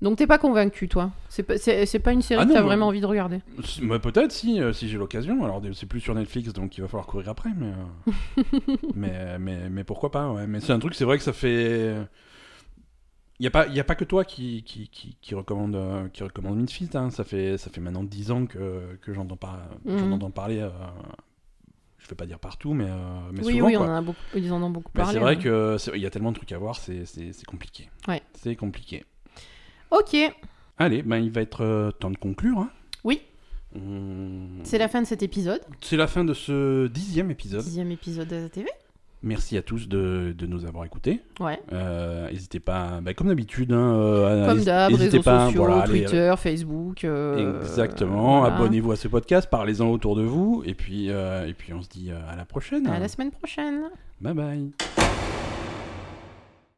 Speaker 1: Donc t'es pas convaincu, toi C'est pas, c'est- c'est pas une série
Speaker 2: Ah
Speaker 1: que
Speaker 2: non,
Speaker 1: t'as
Speaker 2: moi-
Speaker 1: vraiment envie de regarder.
Speaker 2: d'accord. Si- bah, Peut-être si, euh, si j'ai l'occasion. Alors des- c'est plus sur Netflix, donc il va falloir courir après. Mais,
Speaker 1: (laughs)
Speaker 2: euh, mais, mais, mais pourquoi pas ouais. Mais c'est un truc, c'est vrai que ça fait. Il n'y a, pas- y a pas que toi qui, qui, qui, qui recommande, euh, qui recommande Midfist. hein. Ça, fait, ça fait maintenant 10 ans que, que j'entends pas,
Speaker 1: Mhm.
Speaker 2: j'en entends parler. euh, je ne vais pas dire partout, mais, euh, mais
Speaker 1: oui,
Speaker 2: souvent.
Speaker 1: oui,
Speaker 2: quoi.
Speaker 1: on en a beaucoup, ils en ont beaucoup
Speaker 2: Mais
Speaker 1: parlé. hein.
Speaker 2: c'est vrai
Speaker 1: ouais.
Speaker 2: qu'il y a tellement de trucs à voir, c'est c'est- c'est compliqué.
Speaker 1: Ouais.
Speaker 2: C'est compliqué.
Speaker 1: Ok,
Speaker 2: Allez, ben il va être euh, temps de conclure. hein.
Speaker 1: Oui.
Speaker 2: On-
Speaker 1: c'est la fin de cet épisode.
Speaker 2: C'est la fin de ce dixième épisode.
Speaker 1: Dixième épisode de la TV.
Speaker 2: Merci à tous de, de nous avoir écoutés.
Speaker 1: Ouais.
Speaker 2: Euh, N'hésitez pas, bah, comme d'habitude, hein, euh, à-
Speaker 1: Comme
Speaker 2: hési-
Speaker 1: d'hab,
Speaker 2: hésitez
Speaker 1: réseaux
Speaker 2: pas,
Speaker 1: sociaux,
Speaker 2: voilà, allez,
Speaker 1: Twitter, Facebook. euh,
Speaker 2: Exactement.
Speaker 1: voilà.
Speaker 2: Abonnez-vous à ce podcast, parlez-en autour de vous, et puis, euh, et puis on se dit euh, à la prochaine.
Speaker 1: À la semaine prochaine.
Speaker 2: Bye bye.